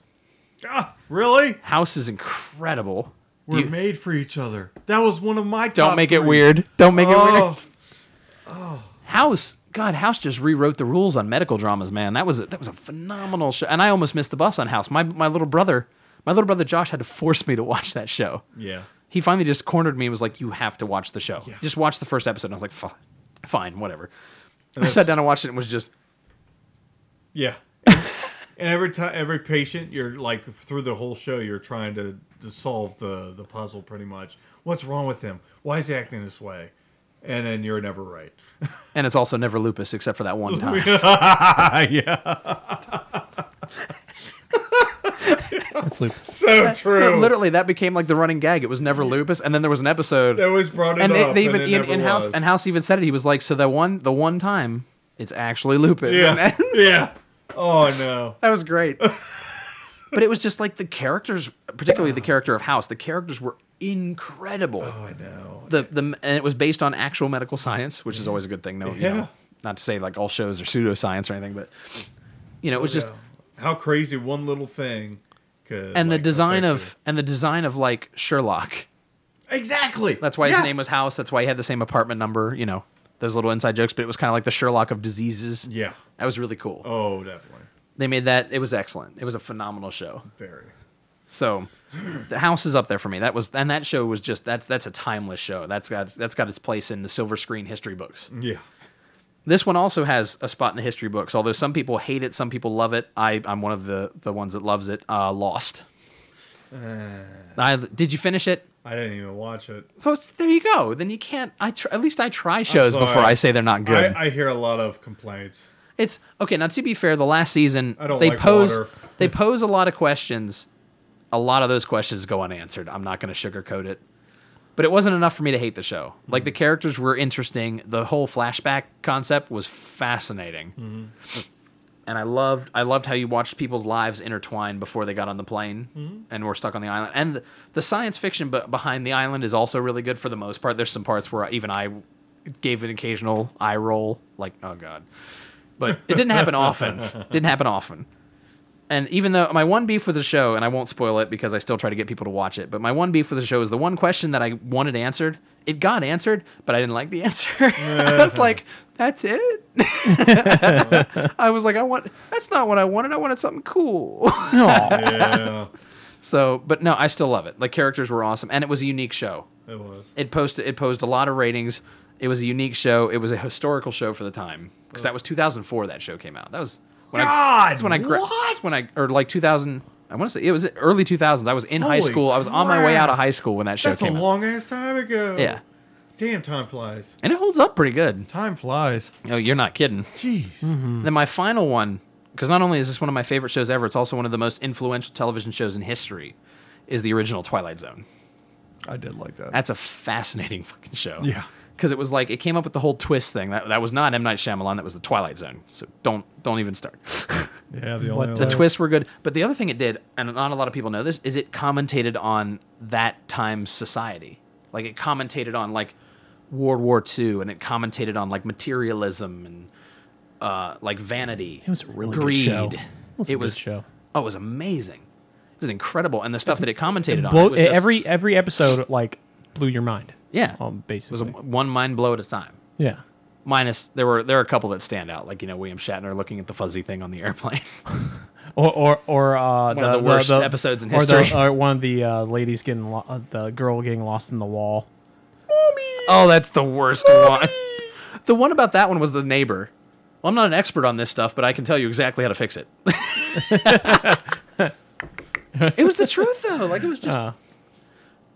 Ah, really? House is incredible. Do We're you- made for each other. That was one of my. don't top make it three. weird. Don't make it Oh, weird. House, God, House just rewrote the rules on medical dramas, man. That was a, that was a phenomenal show, and I almost missed the bus on House. My my little brother, my little brother Josh had to force me to watch that show. yeah. He finally just cornered me and was like, "You have to watch the show. Just watch the first episode." And I was like, "Fine, fine, whatever." I that's- sat down and watched it and was just Yeah. and every time, every patient, you're like through the whole show, you're trying to, to solve the the puzzle pretty much. What's wrong with him? Why is he acting this way? And then you're never right. and it's also never lupus except for that one time. Ah, yeah, That's lupus. so true. No, literally, that became like the running gag. It was never lupus, and then there was an episode they always brought it and up, they, they even and it in, never in house was. and house even said it. He was like, "So the one the one time, it's actually lupus." And Yeah, that- yeah. Oh no. That was great. but it was just like the characters, particularly the character of House. The characters were incredible. I know. the the and it was based on actual medical science, which is always a good thing. No, you Yeah. know, not to say like all shows are pseudoscience or anything, but you know, it was just Yeah. how crazy one little thing could. and like, the design affect of and the design of like Sherlock. you. exactly. That's why Yeah. his name was House. That's why he had the same apartment number. You know, those little inside jokes. But it was kind of like the Sherlock of diseases. Yeah. That was really cool. Oh, definitely. They made that. It was excellent. It was a phenomenal show. Very. So the house is up there for me. That was and that show was just that's that's a timeless show. That's got that's got its place in the silver screen history books. Yeah. This one also has a spot in the history books, although some people hate it, some people love it. I, I'm one of the the ones that loves it. Uh, Lost. I, did you finish it? I didn't even watch it. So it's, there you go. Then you can't. I tr- at least I try shows sorry. before I say they're not good. I, I hear a lot of complaints. It's okay. Now, to be fair, the last season I don't they like pose water. they pose a lot of questions. A lot of those questions go unanswered. I'm not going to sugarcoat it, but it wasn't enough for me to hate the show. Like Mm-hmm. the characters were interesting. The whole flashback concept was fascinating, Mm-hmm. and I loved I loved how you watched people's lives intertwine before they got on the plane Mm-hmm. and were stuck on the island. And the, the science fiction be- behind the island is also really good for the most part. There's some parts where even I gave an occasional eye roll, like oh god but it didn't happen often. didn't happen often. And even though my one beef with the show, and I won't spoil it because I still try to get people to watch it, but my one beef with the show is the one question that I wanted answered. It got answered, but I didn't like the answer. I was like, that's it. I was like, I want that's not what I wanted. I wanted something cool. Yeah, so, but no, I still love it. Like characters were awesome, and it was a unique show. it was. It posted it posed a lot of ratings. It was a unique show. It was a historical show for the time because that was 2004 that show came out. That was when I, God, that's when I gra- what? that's when I or like 2000. I want to say it was early 2000s. I was in high Holy school. I was on my way crap. out of high school when that show That's a came out. long ass time ago. Yeah, Damn, time flies. and it holds up pretty good. Time flies. Oh, you're not kidding. Jeez. Then my final one, because not only is this one of my favorite shows ever, it's also one of the most influential television shows in history, is the original Twilight Zone. I did like that. That's a fascinating fucking show. Yeah. Because it was like it came up with the whole twist thing. That that was not M Night Shyamalan. That was the Twilight Zone. So don't don't even start. yeah, the only What the The other- Right. twists were good, but the other thing it did, and not a lot of people know this, is it commentated on that time's society. Like it commentated on like World War II, and it commentated on like materialism and uh, like vanity. It was a really good greed. show. It was a It good was show. Oh, it was amazing. It was incredible, and the stuff that it commentated on. Blow- it was just- every every episode like blew your mind. yeah, Um, it was a, basically. one mind blow at a time. yeah. minus there were there are a couple that stand out, like you know William Shatner looking at the fuzzy thing on the airplane. Or or or uh, One of the worst episodes in or the- history. Or, one of the uh, ladies getting lo- uh, the girl getting lost in the wall. oh, that's the worst one. The one about that one was the neighbor. Well, I'm not an expert on this stuff, but I can tell you exactly how to fix it. it was the truth though. Like it was just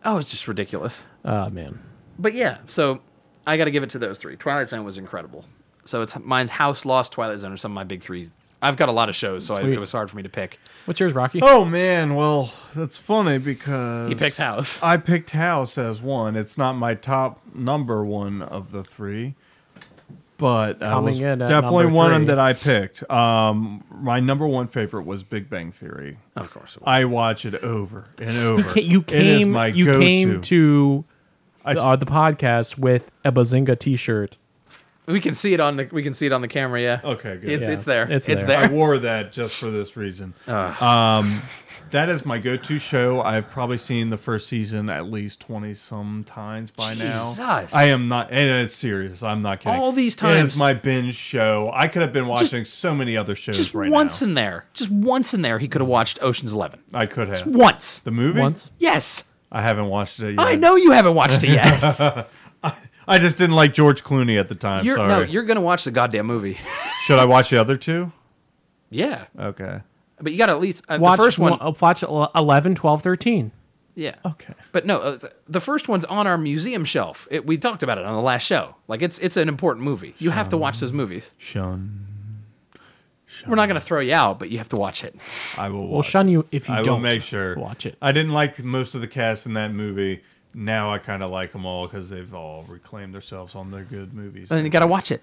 oh, it's just ridiculous. Oh man, But yeah, so I got to give it to those three. Twilight Zone was incredible. So it's mine's House, Lost, Twilight Zone are some of my big three. I've got a lot of shows, so I, Sweet. it was hard for me to pick. What's yours, Rocky? Oh man, well that's funny because You picked House. I picked House as one. It's not my top number one of the three, but uh, Coming was in at definitely number one three. that I picked. Um, my number one favorite was Big Bang Theory. Of course, it was. I watch it over and over. Ca- you It is came. my you go-to. came to I- the, uh, the podcast with a Bazinga T-shirt. we can see it on the we can see it on the camera. Yeah. Okay, Oh, good. It's Yeah. it's there. It's It's, there. there. Ah. I wore that just for this reason. Um, that is my go-to show. I've probably seen the first season at least twenty some times by now. Jesus. I am not, and it's serious. I'm not kidding. All these it is times. my binge show. I could have been watching so many other shows Just right once now. in there, just once in there, he could have watched Ocean's Eleven. I could have Once. Mm. the movie. Once Yes. I haven't watched it yet. I know you haven't watched it yet. I just didn't like George Clooney at the time. you're, Sorry. no, you're gonna watch the goddamn movie. Should I watch the other two? yeah, Okay. but you got to at least uh, watch the first one. uh, watch ele- 11, 12, 13. yeah. Okay. But no, uh, th- the first one's on our museum shelf. It, we talked about it on the last show. Like it's it's an important movie. You have to watch those movies. Shun. We're not gonna throw you out, but you have to watch it. I will. We'll Watch shun you if you I don't will make sure. watch it. I didn't like most of the cast in that movie. Now I kind of like them all because they've all reclaimed themselves on their good movies. And you got to watch it.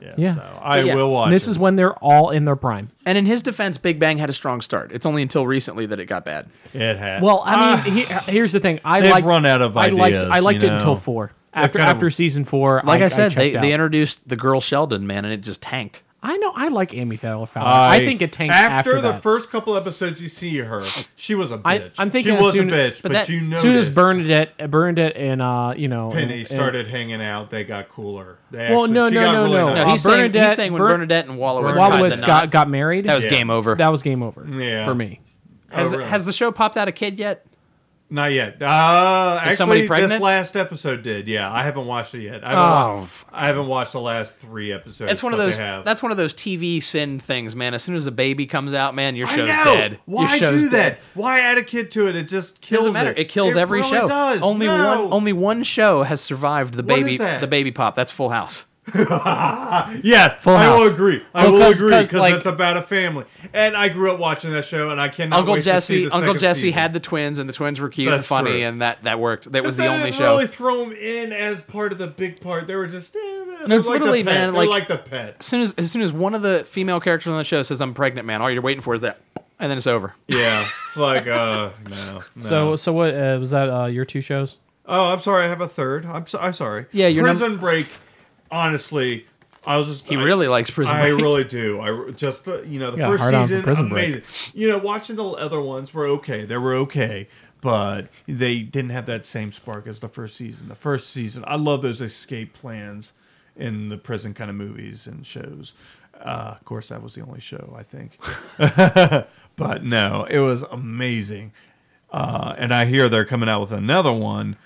yeah, Yeah. so I But yeah, will watch. And this it. is when they're all in their prime. And in his defense, Big Bang had a strong start. It's only until recently that it got bad. it had. Well, I mean, he, here's the thing. I Ah. They've like run out of I liked, ideas, I liked you it until know. four. After kind of- after season four, Like I, said, checked they, out. they introduced the girl Sheldon, man, and it just tanked. I know I like Amy Fowler. Fowler. I, think it tanked after, the that. first couple episodes. You see her, she was a bitch. I- I'm thinking she as was soon- a bitch, but but, that- you know, as soon as Bernadette, Bernadette, and uh, you know, and- Penny and- started hanging out, they got cooler. They Well, actually, no, she no, got no, really no. nice. No, Uh, he's, saying, Bernadette- he's saying when Bern- Bernadette and Wallowitz, tied Wallowitz the got knot, got married. that was Yeah. game over. That was game over. Yeah. for me. has, Oh, really? has the show popped out a kid yet? Not yet. Uh, Is actually, somebody this pregnant? last episode did. Yeah, I haven't watched it yet. I Oh, haven't, wa- fuck. I haven't watched the last three episodes. That's one of but they those. have. That's one of those TV sin things, man. As soon as a baby comes out, man, your show's I know. dead. Why your show's do dead. that? Why add a kid to it? It just kills Doesn't matter. It, kills every really show. Does. Only No. one. Only one show has survived the What is baby. that? The baby pop. That's Full House. Yes, I will House. agree. I Well, will 'cause- agree 'cause, because like- it's about a family. And I grew up watching that show, and I cannot Uncle wait to see Jesse. the Uncle second Jesse season. had the twins, and the twins were cute and That's funny, true. and that that worked. That was But the they only didn't show. Really throw them in as part of the big part. They were just. Eh, they're No, it's like literally, the pet. man, They're like like- the pet. as soon as as soon as one of the female characters on the show says, "I'm pregnant, man," all you're waiting for is that, and then it's over. Yeah, it's like uh no. no. So so what uh, was that? Uh, your two shows? Oh, I'm sorry. I have a third. I'm so, I'm sorry. Yeah, you're num- Prison Break. Honestly, I was just He I- really likes Prison I Break. really do. I re- just the, you know the Yeah, first hard on for season Prison Break. amazing. You know, watching the other ones were okay. They were okay, but they didn't have that same spark as the first season. The first season, I love those escape plans in the prison kind of movies and shows. Uh, of course, that was the only show I think, but no, it was amazing. Uh, and I hear they're coming out with another one,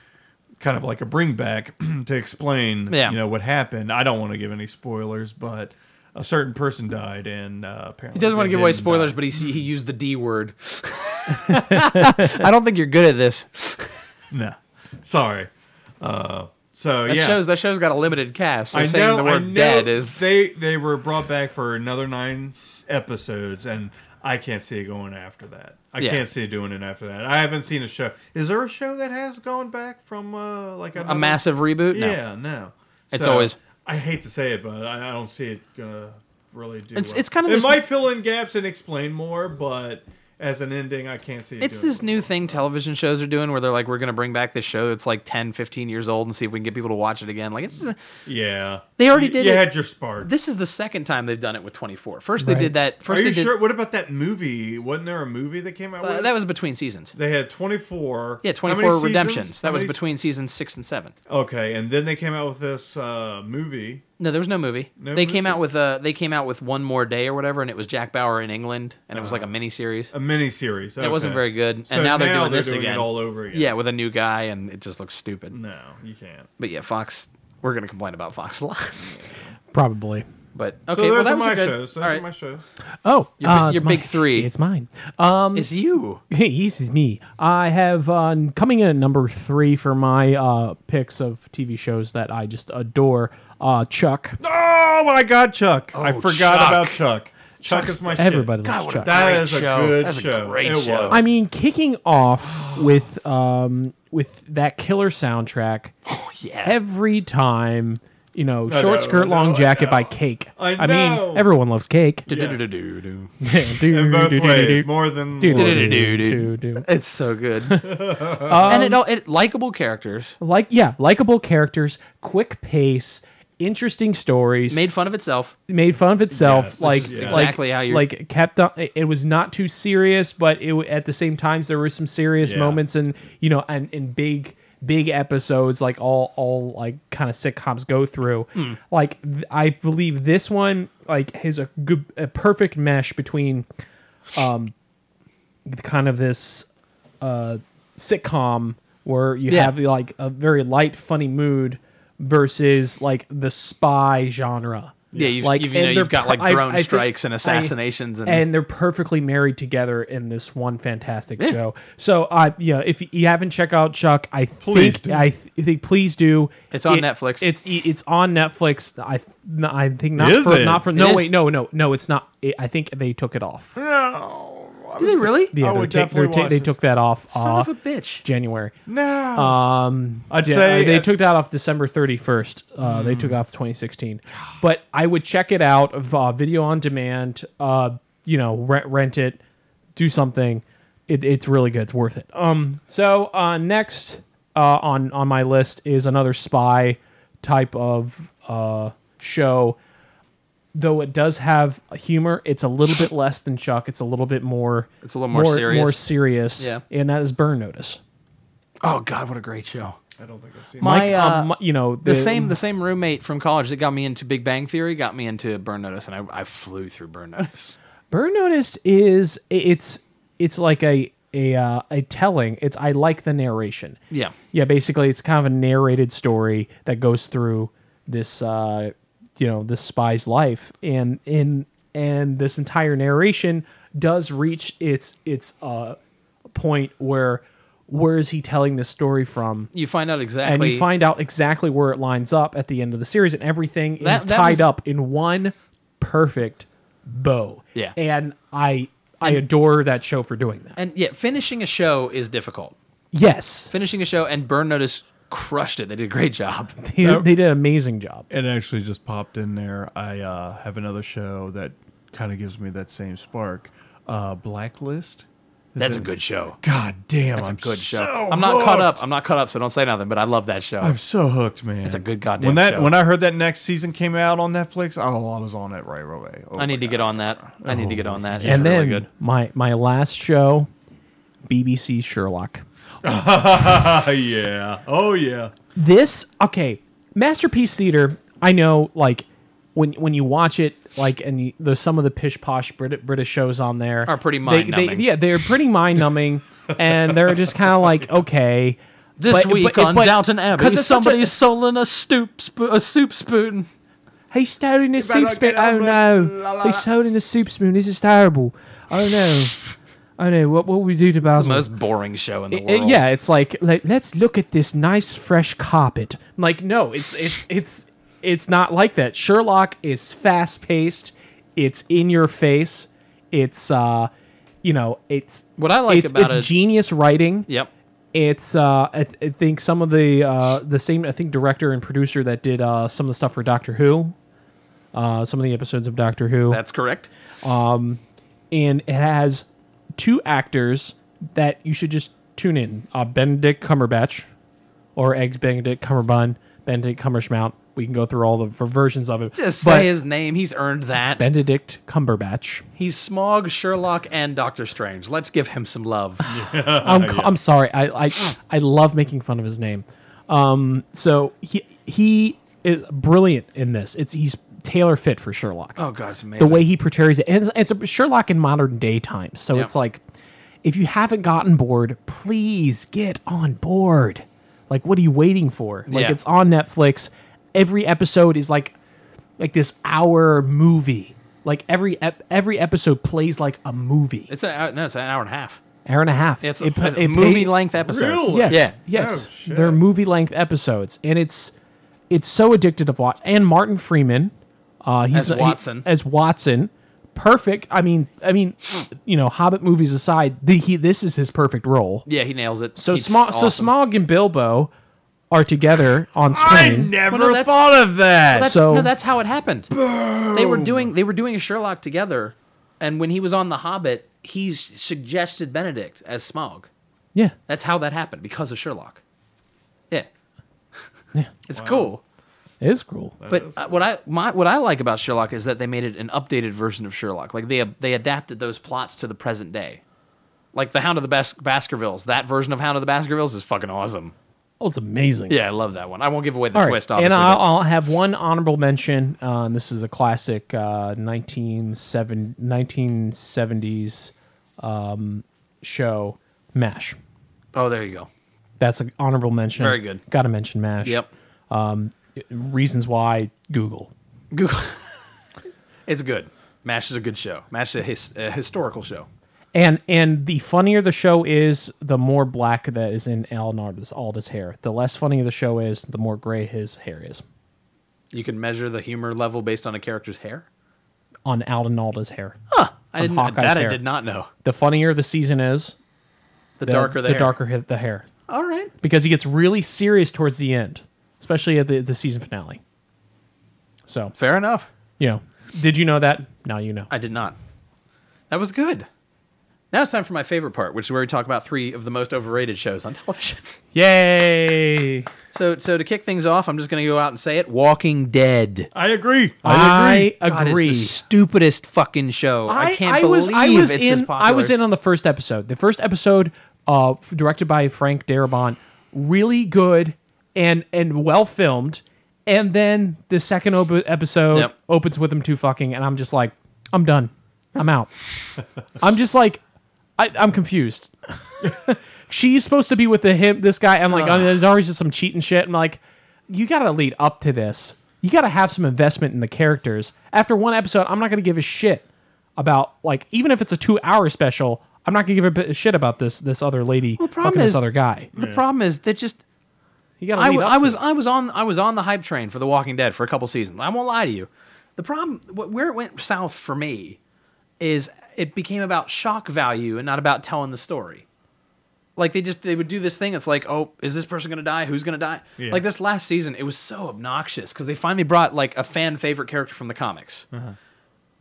kind of like a bring back to explain, Yeah. you know, what happened. I don't want to give any spoilers, but a certain person died, and uh, apparently He doesn't want to they give away didn't spoilers, die. but he he used the D word. I don't think you're good at this. no, sorry. Uh, so That yeah, shows that show's got a limited cast. So I saying know. the I word know dead is they they were brought back for another nine s- episodes, and I can't see it going after that. I Yeah. can't see it doing it after that. I haven't seen a show. Is there a show that has gone back from uh, like a another- massive reboot. No. Yeah, no. It's always- I hate to say it, but I, I don't see it gonna really do. It's- well. it's kind of It this- might fill in gaps and explain more, but as an ending, I can't see it. It's doing this well. new thing television shows are doing where they're like, we're going to bring back this show that's like 10, 15 years old and see if we can get people to watch it again. Like, it's just- Yeah, They already You- did You it. had your spark. this is the second time they've done it with 24. First, Right. they did that. Are First, you they did, sure? What about that movie? Wasn't there a movie that came out? uh, with? that was between seasons. They had 24. Yeah, How many 24 seasons? Redemptions. How That was many- between seasons six and seven. Okay, and then they came out with this uh, movie. No, there was no movie. No they came movie. out with uh they came out with one more day or whatever, and it was Jack Bauer in England, and it was like a mini series. Uh-huh. A miniseries. Okay. It wasn't very good, and So now they're doing this it again. all over again. Yeah, with a new guy, and it just looks stupid. No, you can't. But yeah, Fox. We're gonna complain about Fox a lot. Probably. But So okay, those well, that are was a my good, shows. Those all are right. my shows. Oh, Your uh, big- it's your big mine. three. It's mine. Um, It's you. Hey, this is me. I have uh, coming in at number three for my uh, picks of TV shows that I just adore. Uh, Chuck. Oh my God, Chuck! I Oh, forgot Chuck. about Chuck. Chuck is my shit. Everybody loves God, what a Chuck. That Great is show. a good That's a show. great it was. show. I mean, kicking off with um with that killer soundtrack yeah. every time. You know, I short know, skirt, I long know, I jacket by know. Cake. I know. mean, everyone loves Cake. Du-du-du-du-du-du. in both ways, more than Dude. one. It's so good. and Um, it all it likable characters Like yeah, likable characters, quick pace, interesting stories. made fun of itself. made fun of itself. Yes, like this is like, exactly how you're- like kept on. It was not too serious, but it at the same times there were some serious Yeah. moments and you know and in big big episodes like all all like kind of sitcoms go through. Hmm. Like th- I believe this one like has a good a perfect mesh between um kind of this uh sitcom where you Yeah. have like a very light funny mood versus like the spy genre Yeah, you've, Like, you've, you know, and they're you've got like pr- I- drone I think strikes and I- assassinations and, and they're perfectly married together in this one fantastic show. So, I yeah, if you haven't checked out Chuck, I Please think do. I th- think please do. It's on Netflix. It's e, it's on Netflix. I n- I think not Is for it? not for It no is. wait no no no it's not. It, I think they took it off. No. I Did they was- really? Yeah, I they're would ta- they're definitely ta- watch they it. took that off Son uh, of a bitch. January. No. Um, I'd yeah, say uh, they it- took that off December 31st. Uh, They took off 2016, but I would check it out of uh, video on demand. Uh, you know, rent, rent it, do something. It, it's really good. It's worth it. Um, so uh, next uh, on on my list is another spy type of uh, show. Though it does have humor, it's a little bit less than Chuck. It's a little bit more. It's a little more serious. More serious. Yeah. And that is Burn Notice. oh god, what a great show. I don't think I've seen My, Mike, uh, um, you know the same the same roommate from college that got me into Big Bang Theory got me into Burn Notice, and I, I flew through Burn Notice. Burn Notice is it's it's like a a uh, a telling. It's I like the narration. Yeah, Yeah, basically it's kind of a narrated story that goes through this uh you know, this spy's life and in and this entire narration does reach its its uh point where where is he telling this story from? you find out exactly. And you find out exactly where it lines up at the end of the series, and everything That- is that tied was- up in one perfect bow. Yeah. and I I adore that show for doing that. and yeah, finishing a show is difficult. Yes, Finishing a show and Burn Notice crushed it. They did a great job. they, they did an amazing job. It actually just popped in there. I uh, have another show that kind of gives me that same spark. Uh, Blacklist. Is That's a it- good show. God damn, That's I'm a good show. so I'm not caught hooked. up. I'm not caught up, so don't say nothing. But I love that show. I'm so hooked, man. It's a good goddamn When that show. when I heard that next season came out on Netflix, oh, I was on it right away. Oh I need my to God. get on that. I need to get on that. It's and really then good. my my last show, BBC Sherlock. Oh yeah. Oh yeah. This okay, masterpiece theater. I know, like when when you watch it, like and you, there's some of the pish posh Brit- British shows on there Are pretty They- they- mind-numbing. yeah, they're pretty mind numbing, and they're just kind of like okay. This But- week but- on but- Downton Abbey, 'cause it's such a- somebody's stolen a, stoop sp- a soup spoon. He's stolen the better soup spoon. get Oh on with- la, no! la, He's la. stolen the soup spoon. This is terrible. Oh no! Oh no! What what will we do to Basil? Most boring show in the It- world. yeah, it's like, like let's look at this nice fresh carpet. I'm Like no, it's it's it's it's not like that. Sherlock is fast paced. It's in your face. It's uh, you know, it's What I like it's, about it's it- genius writing. Yep. It's uh, I, th- I think some of the uh, the same I think director and producer that did uh, some of the stuff for Doctor Who, uh, some of the episodes of Doctor Who, That's correct. and it has two actors that you should just tune in: uh, Benedict Cumberbatch, or ex Benedict Cumberbun, Benedict Cumberschmount. We can go through all the v- versions of it. Just But say his name. He's earned that. Benedict Cumberbatch. He's Smog, Sherlock, and Doctor Strange. Let's give him some love. I'm, I'm sorry. I, I I love making fun of his name. Um, so he he is brilliant in this. It's he's tailor fit for Sherlock. oh God, it's the amazing. way he portrays it, and it's, it's a Sherlock in modern day times. So Yeah. it's like, if you haven't gotten bored, please get on board. Like, what are you waiting for? Like, Yeah. it's on Netflix. Every episode is like, like this hour movie. Like every ep- every episode plays like a movie, it's an hour, no, it's an hour and a half. hour and a half. It's It pa- a, it pay- movie length episode. Really? Yes, Yeah. Oh, yes, shit. they're movie length episodes, and it's it's so addictive to watch. And Martin Freeman, uh, he's As Watson. he- as Watson, perfect. I mean, I mean, you know, Hobbit movies aside, the, he this is his perfect role. Yeah, he nails it. So He's small, so awesome. Smog and Bilbo are together on I screen. never Well, no, that's- thought of that. That's, So- no, that's how it happened. They were doing they were doing a Sherlock together, and when he was on The Hobbit, he s- suggested Benedict as Smog. yeah, That's how that happened because of Sherlock. Yeah, Yeah. it's cool. it is cool. But uh, what I my what I like about Sherlock is that they made it an updated version of Sherlock. Like they they adapted those plots to the present day. Like the Hound of the Bas- Baskervilles, that version of Hound of the Baskervilles is fucking awesome. Oh, it's amazing. Yeah, I love that one. I won't give away the All right, twist, and obviously. I'll, but- I'll have one honorable mention. Uh, and this is a classic uh, 1970, 1970s um, show, MASH. oh, there you go. That's an honorable mention. Very good. Got to mention MASH. Yep. Reasons why Google. Google. it's good. Mash is a good show. Mash is a, his, a historical show. And and the funnier the show is, the more black that is in Alan Alda's, Alda's hair. The less funny the show is, the more gray his hair is You can measure the humor level based on a character's hair. on Alan Alda's hair. I didn't Hawkeye's that hair. I did not know. The funnier the season is, The, the darker the, the hair. darker hi- the hair. All right. because he gets really serious towards the end, especially at the, the season finale. So, Fair enough. you know, did you know that? Now you know. I did not. That was good. Now it's time for my favorite part, which is where we talk about three of the most overrated shows on television. Yay! so, so to kick things off, I'm just going to go out and say it: Walking Dead. I agree. I agree. God, it's the stupidest fucking show. I, can't believe was, I was it's in, as popular. I was in on the first episode. The first episode, uh, f- directed by Frank Darabont, really good and and well filmed. And then the second op- episode Yep. opens with him two fucking, and I'm just like, I'm done. I'm out. I'm just like, I, I'm confused. She's supposed to be with the him, this guy. I'm like, oh, there's always just some cheating shit. I'm like, you gotta lead up to this. You gotta have some investment in the characters. After one episode, I'm not gonna give a shit about like even if it's a two hour special. I'm not gonna give a bit of shit about this this other lady the problem fucking this is- other guy. The problem is that just You gotta I, lead w- up I to was it. I was on I was on the hype train for The Walking Dead for a couple seasons. I won't lie to you. The problem wh- where it went south for me is it became about shock value and not about telling the story. Like they just they would do this thing. It's like, oh, is this person gonna die? Who's gonna die? Yeah. Like this last season, it was so obnoxious because they finally brought like a fan favorite character from the comics, Uh-huh.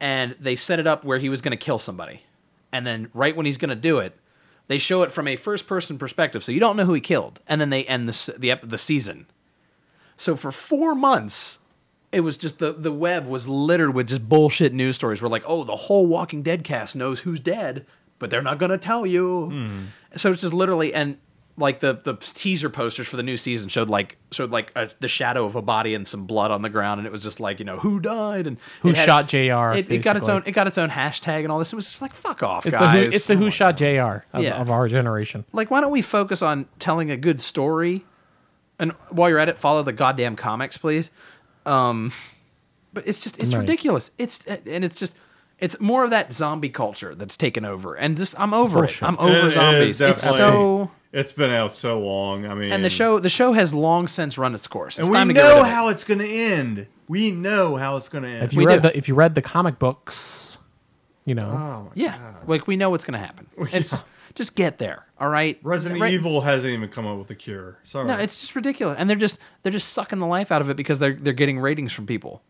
and they set it up where he was gonna kill somebody, and then right when he's gonna do it, they show it from a first person perspective, so you don't know who he killed, and then they end the s- the, ep- the season. So for four months, it was just the the web was littered with just bullshit news stories. Where like, oh, the whole Walking Dead cast knows who's dead, but they're not gonna tell you. Hmm. So it's just literally and like the the teaser posters for the new season showed like showed like a, the shadow of a body and some blood on the ground, and it was just like you know who died and Who it had- shot JR, It, it got its basically. own it got its own hashtag and all this. It was just like fuck off, It's the, guys. who, it's the who shot Jr. Of, Yeah. of our generation. Like, why don't we focus on telling a good story? And while you're at it, follow the goddamn comics, please. Um, but it's just it's Right. ridiculous. It's and it's just it's more of that zombie culture that's taken over, and just I'm over it. bullshit. I'm over It is zombies. It's definitely- so. It's been out so long. I mean, And the show the show has long since run its course. It's And we time to get rid know of it. how it's going to end. We know how it's going to end. If you We read do. Uh, the if you read the comic books, you know. Oh Yeah, like we know what's gonna happen. It's just get there, all right. Resident Right- Evil hasn't even come up with a cure. Sorry. No, it's just ridiculous, and they're just they're just sucking the life out of it because they're they're getting ratings from people.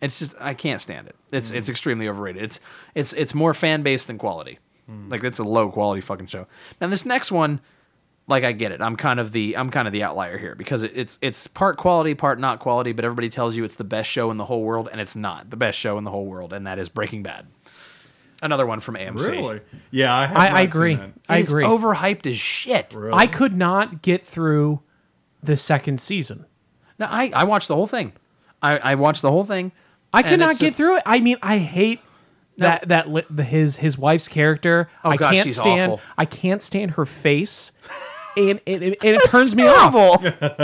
It's just I can't stand it. It's it's extremely overrated. It's it's it's more fan base than quality. Like it's a low quality fucking show. Now this next one, like I get it. I'm kind of the I'm kind of the outlier here because it, it's it's part quality, part not quality. But everybody tells you it's the best show in the whole world, and it's not the best show in the whole world, and that is Breaking Bad. Another one from AMC. really. Yeah, I have I, not I seen agree. that. I It's agree. overhyped as shit. Really? I could not get through the second season. No, I, I watched the whole thing. I, I watched the whole thing. I and could not it's get just- through it. I mean, I hate that that li- the, his his wife's character. Oh, I gosh, can't she's stand. awful. I can't stand her face. And it, it, and it turns me off.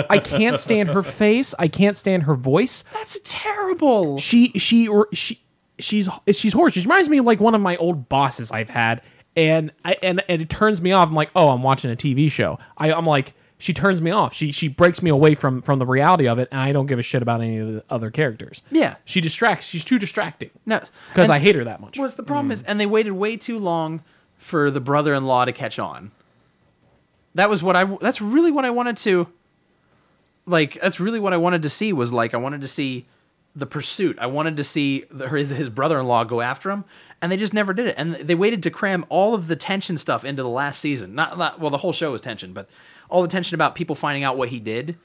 I can't stand her face. I can't stand her voice. That's terrible. she she or she she's she's horse. She reminds me of like one of my old bosses I've had, and I and, and it turns me off. I'm like, oh, I'm watching a TV show. I, I'm like, she turns me off. She she breaks me away from from the reality of it, and I don't give a shit about any of the other characters. Yeah. she distracts. She's too distracting No, because And- I hate her that much. What's the problem is, and they waited way too long for the brother-in-law to catch on. That was what I. That's really what I wanted to. Like, that's really what I wanted to see was like I wanted to see the pursuit. I wanted to see the, his his brother-in-law go after him, and they just never did it. And they waited to cram all of the tension stuff into the last season. Not, not well, the whole show was tension, but all the tension about people finding out what he did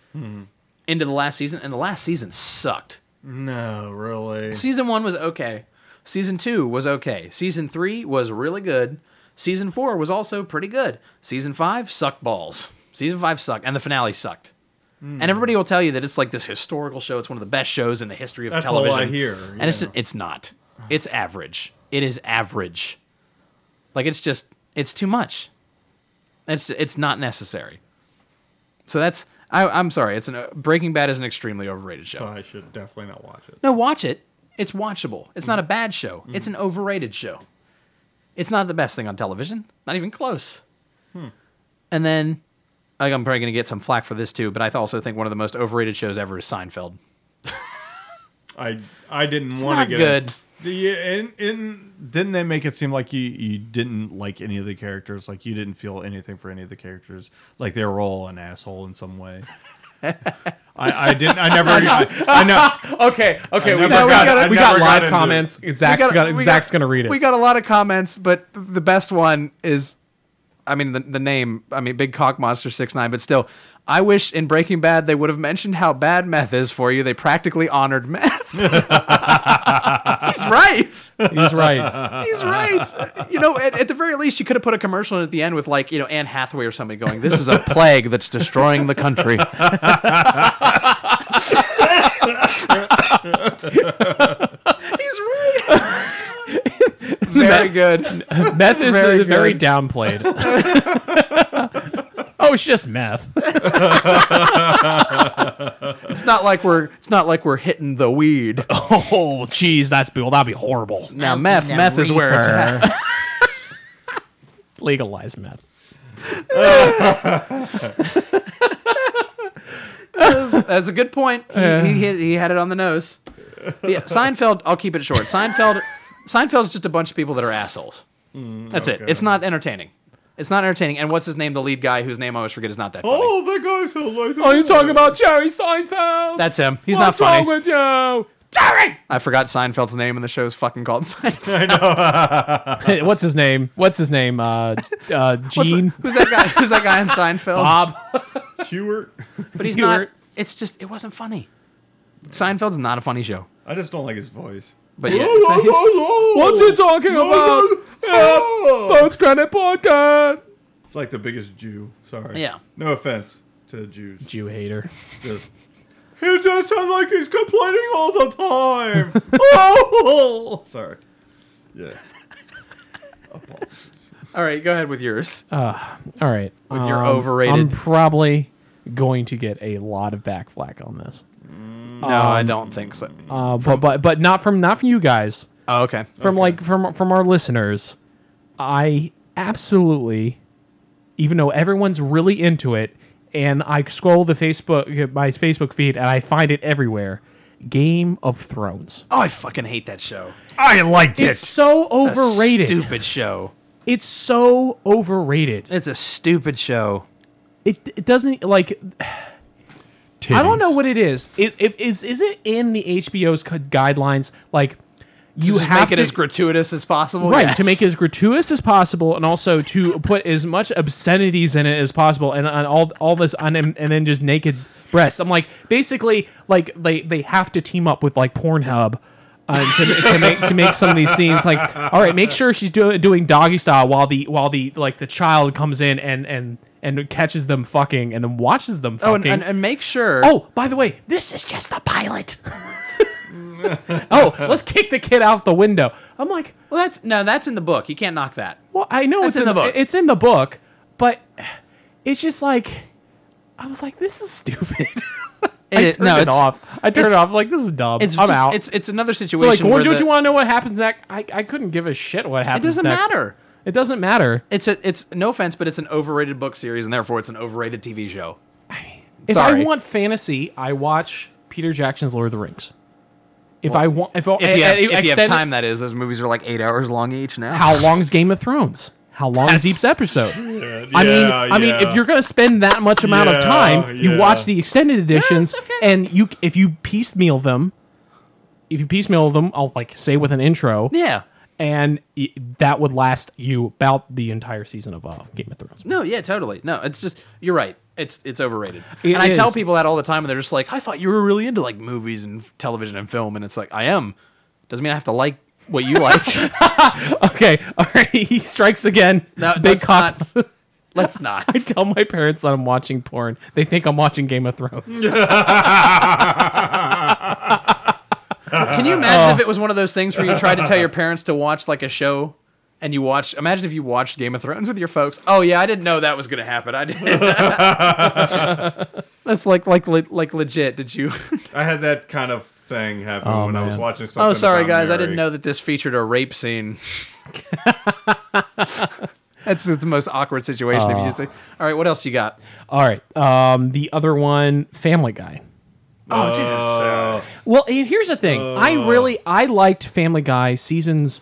into the last season, and the last season sucked No, really. season one was okay. Season two was okay. Season three was really good. Season four was also pretty good. Season five sucked balls. Season five sucked, and the finale sucked. Hmm. And everybody will tell you that it's like this historical show. It's one of the best shows in the history of That's all television. I hear, and it's yeah. it's not. It's average. It is average. Like it's just it's too much. It's it's not necessary. So that's I, I'm sorry. It's an Breaking Bad is an extremely overrated show. So I should definitely not watch it. No, watch it. It's watchable. It's not a bad show. It's an overrated show. It's not the best thing on television. Not even close. And then, like, I'm probably going to get some flack for this too, but I also think one of the most overrated shows ever is Seinfeld. I I didn't want to not get good. It. Yeah, and, and didn't they make it seem like you, you didn't like any of the characters? Like you didn't feel anything for any of the characters? Like they were all an asshole in some way. I, I didn't. I never. I, I know. Okay, okay, we never just got, got it. I we got never got live into comments. Zach's got- gonna we Zach's got- gonna read it. We got a lot of comments, but the best one is, I mean, the, the name, I mean, Big Cock Monster Six Nine. but still, I wish in Breaking Bad they would have mentioned how bad meth is for you. They practically honored meth. He's right. He's right. He's right. You know, at, at the very least, you could have put a commercial in at the end with like, you know, Anne Hathaway or somebody going, "This is a plague that's destroying the country." He's right. very good. meth is very, Very very good. downplayed. oh, it's just meth. It's not like we're it's not like we're hitting the weed. Oh, geez, that's well, that'd be horrible. Now meth, meth is where it's at. Legalize meth. That's a good point. He, he, hit- he had it on the nose. Yeah, Seinfeld. I'll keep it short. Seinfeld. Seinfeld's just a bunch of people that are assholes. That's it. Mm, okay. It's not entertaining. It's not entertaining. And what's his name? The lead guy whose name I always forget is not that funny. Oh, that guy's so like. Oh, Are you talking about Jerry Seinfeld? That's him. He's What's not funny. wrong with you? Jerry! I forgot Seinfeld's name, and the show's fucking called Seinfeld. What's his name? What's his name? Uh, uh, Gene? Who's that guy? Who's that guy on Seinfeld? Bob? Stewart? but he's Stewart. not. It's just it wasn't funny. Seinfeld's not a funny show. I just don't like his voice. Oh, But yeah, What's What's he talking Oh, about? Bones Credit Podcast! It's like the biggest Jew. Sorry. Yeah. No offense to Jews. Jew hater. Just he just sounds like he's complaining all the time. oh, sorry. Yeah. Apologies. all right, go ahead with yours. Uh, All right. With your overrated- I'm probably going to get a lot of backflack on this. no, um, I don't think so. Uh, but, but, but not from not from you guys. oh, okay. from like from from our listeners, I absolutely, even though everyone's really into it, and I scroll the Facebook my Facebook feed and I find it everywhere. Game of Thrones. Oh, I fucking hate that show. I liked It's so overrated. Stupid show. It's so overrated. It's a stupid show. It, it doesn't like I don't know what it is. Is if is is it in the HBO's cu- guidelines? Like you Just have make it to as gratuitous as possible. right yes. to make it as gratuitous as possible and also to put as much obscenities in it as possible and, and all all this and, and then just naked breasts i'm like basically like they they have to team up with like pornhub uh, to, to make to make some of these scenes like all right make sure she's do, doing doggy style while the while the like the child comes in and and and catches them fucking and then watches them fucking Oh, and, and, and make sure. Oh, by the way, this is just the pilot. oh, let's kick the kid out the window. I'm like, well, that's no, that's in the book. You can't knock that. well, I know That's it's in the book. It's in the book, but it's just like I was like, this is stupid. I It- turned no, it it's- off. I turned it it's- off. Like this is dumb. It's I'm just- out. It's it's another so situation. like, what where do the- you want to know? What happens next? I, I couldn't give a shit what happens. doesn't next. matter. It doesn't matter. It's a, it's no offense, but it's an overrated book series, and therefore it's an overrated TV show. If Sorry. I want fantasy, I watch Peter Jackson's Lord of the Rings. If I want, if, I- e- If you, have, and- and if you have extend- time, that is. Those movies are like eight hours long each now. how long's Game of Thrones? How long is each episode? I mean, I mean, if you're gonna spend that much amount Yeah, of time, you yeah. watch the extended editions, and you if you piecemeal them, if you piecemeal them, I'll like say with an intro, Yeah. and y- that would last you about the entire season of uh, Game of Thrones. No, yeah, totally. No, it's just you're right. It's it's overrated. It and I tell is. people that all the time and they're just like, "I thought you were really into like movies and f- television and film." And it's like, "I am." Doesn't mean I have to like what you like. Okay, all right, he strikes again. No, Big let's cock. not. Let's not. I tell my parents that I'm watching porn. They think I'm watching Game of Thrones. Can you imagine if it was one of those things where you tried to tell your parents to watch like a show and you watched imagine if you watched Game of Thrones with your folks. Oh yeah, I didn't know that was gonna happen. I did That's like like le- like legit. Did you? I had that kind of thing happen when I was man. watching something. Oh, sorry about guys, I didn't Mary. know that this featured a rape scene. That's the most awkward situation. if you just like, all right, what else you got? All right, um, the other one, Family Guy. Oh, Jesus. Well, and here's the thing. I really I liked Family Guy seasons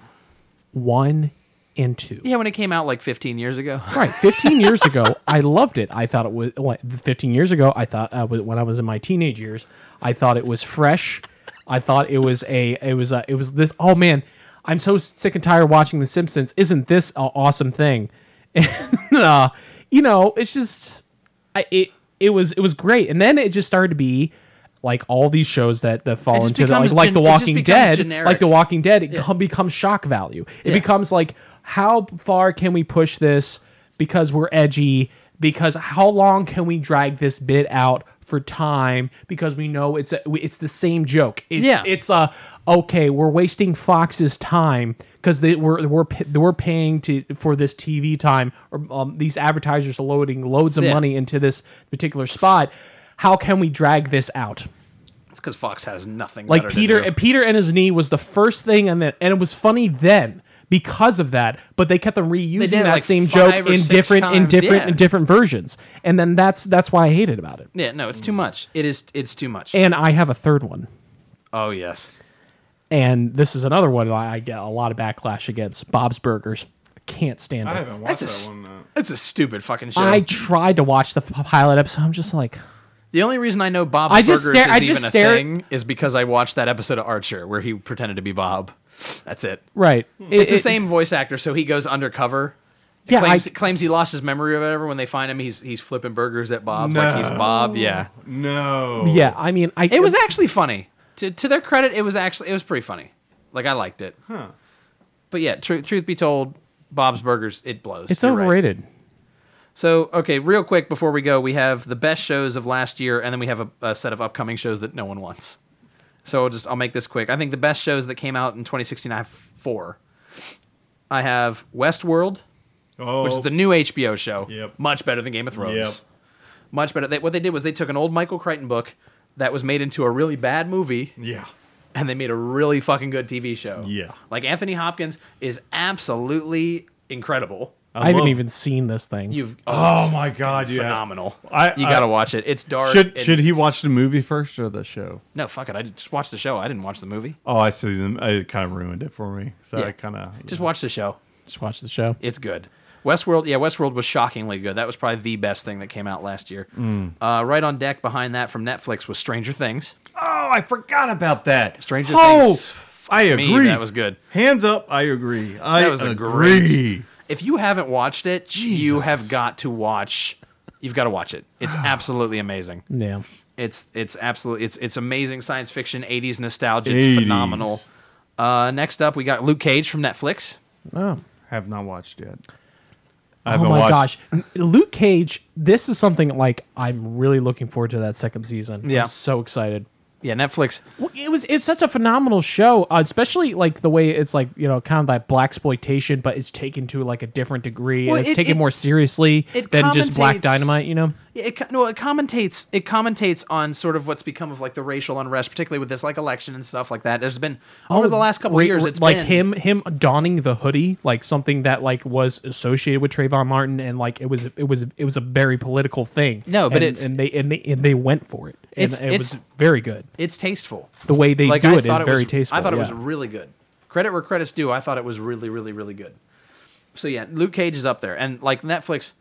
one and two. Yeah, when it came out like 15 years ago. Right, 15 years ago, I loved it. I thought it was what, 15 years ago. I thought uh, when I was in my teenage years, I thought it was fresh. I thought it was a it was a it was this. Oh man, I'm so sick and tired of watching The Simpsons. Isn't this an awesome thing? And uh, you know, it's just I it it was it was great. And then it just started to be like all these shows that that fall just into the, becomes like, like gen- The it just Walking becomes Dead, like generic. The Walking Dead, it com- becomes shock value. It Yeah. becomes like, how far can we push this because we're edgy? Because how long can we drag this bit out for time? Because we know it's a, we- it's the same joke. It's, Yeah. it's a okay. We're wasting Fox's time because they we're we're p- we're paying to for this TV time or um, these advertisers are loading loads of Yeah. money into this particular spot. How can we drag this out? It's because Fox has nothing. like better Peter to do. and Peter and his knee was the first thing, and then and it was funny then because of that. But they kept on reusing did it that like same five joke or in six different in times, different yeah. in different versions, and then that's that's why I hated about it. Yeah, no, it's too much. It is. It's too much. And I have a third one, oh yes. and this is another one that I get a lot of backlash against. Bob's Burgers, I can't stand I it. haven't watched That's a that one. uh, That's a stupid fucking show. I tried to watch the p- pilot episode. I'm just like, the only reason I know Bob I just Burgers stare- is I just even stare- a thing is because I watched that episode of Archer where he pretended to be Bob. That's it. right? Hmm. It's the same voice actor, so he goes undercover. Yeah, claims, I- claims he lost his memory or whatever. When they find him, he's he's flipping burgers at Bob's like he's Bob. Yeah, No. Yeah, I mean, I it was actually funny. To to their credit, it was actually it was pretty funny. Like I liked it. Huh. But yeah, truth truth be told, Bob's Burgers it blows. it's You're right. overrated. So, okay, real quick before we go, we have the best shows of last year, and then we have a, a set of upcoming shows that no one wants. So I'll just I'll make this quick. I think the best shows that came out in 2016 I have four. I have Westworld, Oh, which is the new HBO show. Yep. Much better than Game of Thrones. Yep. Much better. They, what they did was they took an old Michael Crichton book that was made into a really bad movie, Yeah. and they made a really fucking good TV show. Yeah. Like Anthony Hopkins is absolutely incredible. I, I, haven't love- even seen this thing. You've Oh my god! Yeah. phenomenal. I- you gotta I- watch it. It's dark. Uh, Should and- should he watch the movie first or the show? No, fuck it. I just watched the show. I didn't watch the movie. Oh, I see. Them. It kind of ruined it for me. So I Yeah. kind of Just watch the show. Just watch the show. It's good. Westworld, yeah, Westworld was shockingly good. That was probably the best thing that came out last year. Mm. Uh, right on deck behind that from Netflix was Stranger Things. Oh, I forgot about that. Stranger oh, Things. I me, agree. that was good. Hands up. I agree. I That was a great- agree. If you haven't watched it, you have got to watch. You've got to watch it. It's absolutely amazing. Yeah. It's it's absolutely it's it's amazing science fiction, 80s nostalgia. 80s. It's phenomenal. Uh, next up, we got Luke Cage from Netflix. Oh. Have not watched yet. I Oh haven't my watched. gosh, N- Luke Cage! This is something like I'm really looking forward to that second season. Yeah. I'm so excited. Yeah, Netflix. Well, it was it's such a phenomenal show, uh, especially like the way it's like you know kind of that black exploitation, but it's taken to like a different degree Well, and it's it- taken it- more seriously it than just Black commentates- Dynamite. You know, Yeah, it, co- well, it commentates it commentates on sort of what's become of like the racial unrest, particularly with this like election and stuff like that. There's been over the last couple Ra- of years, ra- it's Oh, like been- him him donning the hoodie, like something that like was associated with Trayvon Martin, and like it was it was it was a very political thing. No, but and, it's- and they and they and they went for it. And It's- it was it's- very good. It's tasteful. The way they like do I it is thought it very was, tasteful. I thought it was yeah. really good. Credit where credit's due. I thought it was really, really, really good. So yeah, Luke Cage is up there, and like Netflix,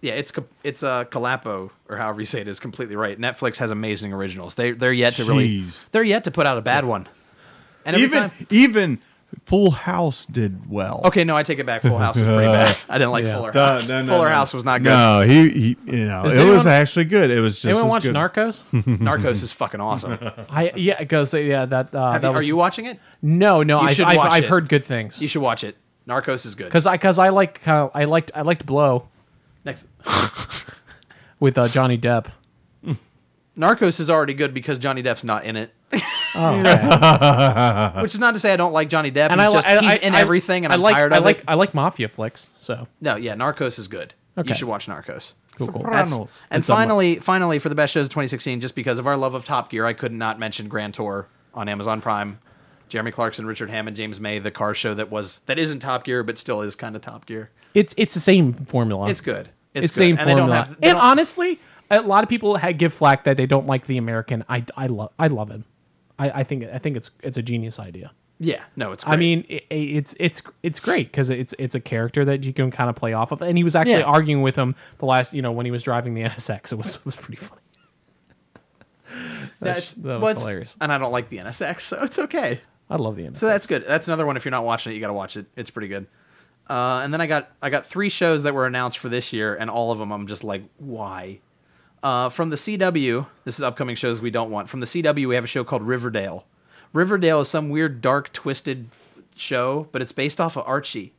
yeah, it's co- it's uh, Calapo or however you say it is completely right. Netflix has amazing originals. They they're yet to really Jeez. they're yet to put out a bad one. And every even time, even Full House did well. okay, no, I take it back. Full House was pretty bad. I didn't like Fuller Duh, House. Fuller House was not good. No, he, he you know, Does it was anyone- actually good. It was just Anyone as watch good. Narcos? Narcos is fucking awesome. I yeah, because yeah, that uh, Have that you, was, are you watching it? No, no, I've, should I've, watch I've it. heard good things. You should watch it. Narcos is good. Because I because I like kind of I liked I liked Blow Next, with uh, Johnny Depp. Narcos is already good because Johnny Depp's not in it. Oh, Which is not to say I don't like Johnny Depp. and he's I, li- just, I he's I- in I- everything, and I I'm like tired I of like it. I like mafia flicks. So No, yeah, Narcos is good. Okay. You should watch Narcos. cool, cool. Sopranos. And It's on my- finally, finally, for the best shows of 2016, just because of our love of Top Gear, I could not mention Grand Tour on Amazon Prime. Jeremy Clarkson, Richard Hammond, James May, the car show that was that isn't Top Gear, but still is kind of Top Gear. It's it's the same formula. It's good. It's, Um, It's good. same and formula. They don't have, they and don't- honestly, a lot of people had give flack that they don't like the American. I I love I love it. I, I think I think it's it's a genius idea. yeah, no, it's. Great. I mean, i i- it's it's it's great because it's it's a character that you can kind of play off of, and he was actually Yeah. arguing with him the last you know when he was driving the NSX. It was it was pretty funny. that's that was well, it's- hilarious. And I don't like the NSX, so it's okay. I love the NSX. So that's good. That's another one. If you're not watching it, you got to watch it. It's pretty good. Uh, and then I got I got three shows that were announced for this year, and all of them I'm just like, why? Uh, from the CW, this is upcoming shows we don't want. From the CW, we have a show called Riverdale. Riverdale is some weird, dark, twisted show, but it's based off of Archie,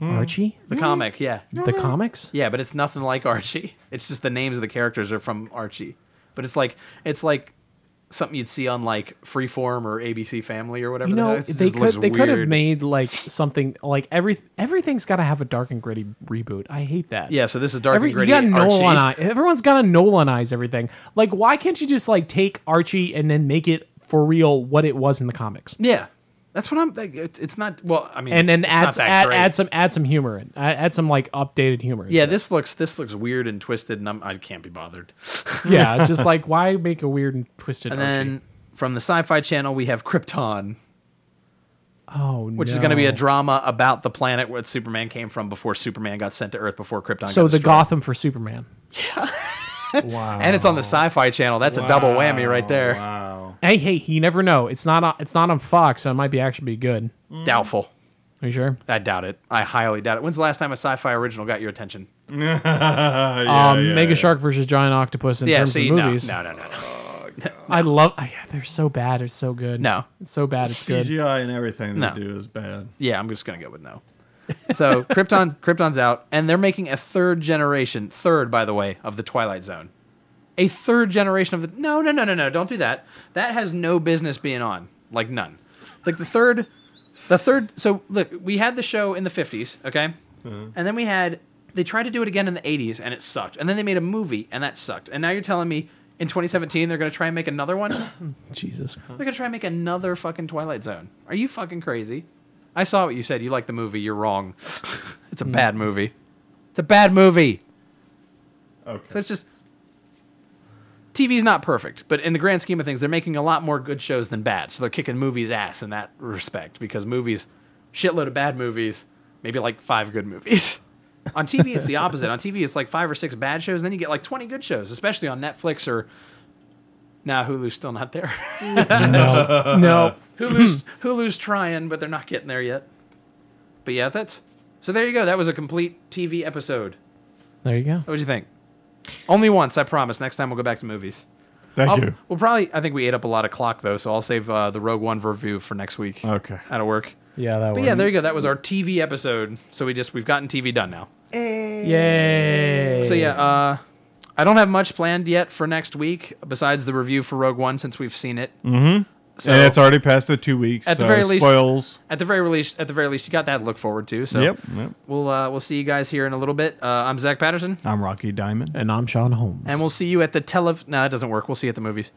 Archie, the comic. Yeah, the comics. Mm-hmm. yeah, but it's nothing like Archie. It's just the names of the characters are from Archie. But it's like it's like something you'd see on like Freeform or ABC Family or whatever. You the hell. know, It's- it they just looks could they could have weird. made like something like every everything's got to have a dark and gritty reboot. I hate that. Yeah, so this is dark Every, and you gritty. gotta Archie. Nolanize. Everyone's gotta Nolanize everything. Like, why can't you just like take Archie and then make it for real what it was in the comics, Yeah, that's what I'm. Like, it's, it's not. Well, I mean, and then it's not add, that add great. add some add some humor in, add, add some like updated humor. into Yeah, it. this looks this looks weird and twisted, and I'm, I can't be bothered. yeah. Just like why make a weird and twisted? And Archie? then from the Sci-Fi Channel, we have Krypton, oh, which is going to be a drama about the planet where Superman came from before Superman got sent to Earth before Krypton. so got the destroyed. Gotham for Superman, Wow. and it's on the Sci-Fi Channel. That's a double whammy right there. Wow. Hey, hey, you never know. It's not on, it's not on Fox, so it might be actually be good. Doubtful. Are you sure? I doubt it. I highly doubt it. When's the last time a sci-fi original got your attention? Yeah, um, yeah, Mega yeah. Shark versus Giant Octopus in yeah, terms see, of no, movies. no, no, no, no. I love. I, they're so bad. It's so good. No. it's so bad. It's good. CGI and everything they No. do is bad. Yeah, I'm just gonna go with no. So Krypton, Krypton's out, and they're making a third generation, third by the way, of the Twilight Zone. A third generation of the no, no, no, no, no! Don't do that. That has no business being on, like none. Like the third, the third. So look, we had the show in the '50s, okay, and then we had they tried to do it again in the '80s, and it sucked. And then they made a movie, and that sucked. And now you're telling me in 2017 they're gonna try and make another one? Jesus. They're gonna try and make another fucking Twilight Zone. Are you fucking crazy? I saw what you said. You like the movie. You're wrong. it's a bad movie. It's a bad movie. So Okay. it's just TV's not perfect, but in the grand scheme of things, they're making a lot more good shows than bad. So they're kicking movies ass in that respect because movies, shitload of bad movies, maybe like five good movies. on TV, it's the opposite. On TV, it's like five or six bad shows, then you get like twenty good shows, especially on Netflix or. Now Hulu's still not there. No. Hulu's Hulu's trying, but they're not getting there yet. But yeah, that's so. There you go. That was a complete TV episode. There you go. What'd you think? Only once, I promise. Next time we'll go back to movies. Thank I'll- you. We'll probably. I think we ate up a lot of clock though, so I'll save uh, the Rogue One review for next week. Okay. That'll work. Yeah, that. But yeah, there you go. That was our TV episode. So we just we've gotten TV done now. Yay. So yeah, uh, I don't have much planned yet for next week besides the review for Rogue One since we've seen it. Mm-hmm. So and it's already past the two weeks. At the so very least- spoils. at the very least, at the very least, you got that to look forward to. So Yep, yep. we'll uh, we'll see you guys here in a little bit. Uh, I'm Zach Patterson, I'm Rocky Diamond. And I'm Sean Holmes. and we'll see you at the tele. No, it doesn't work. We'll see you at the movies.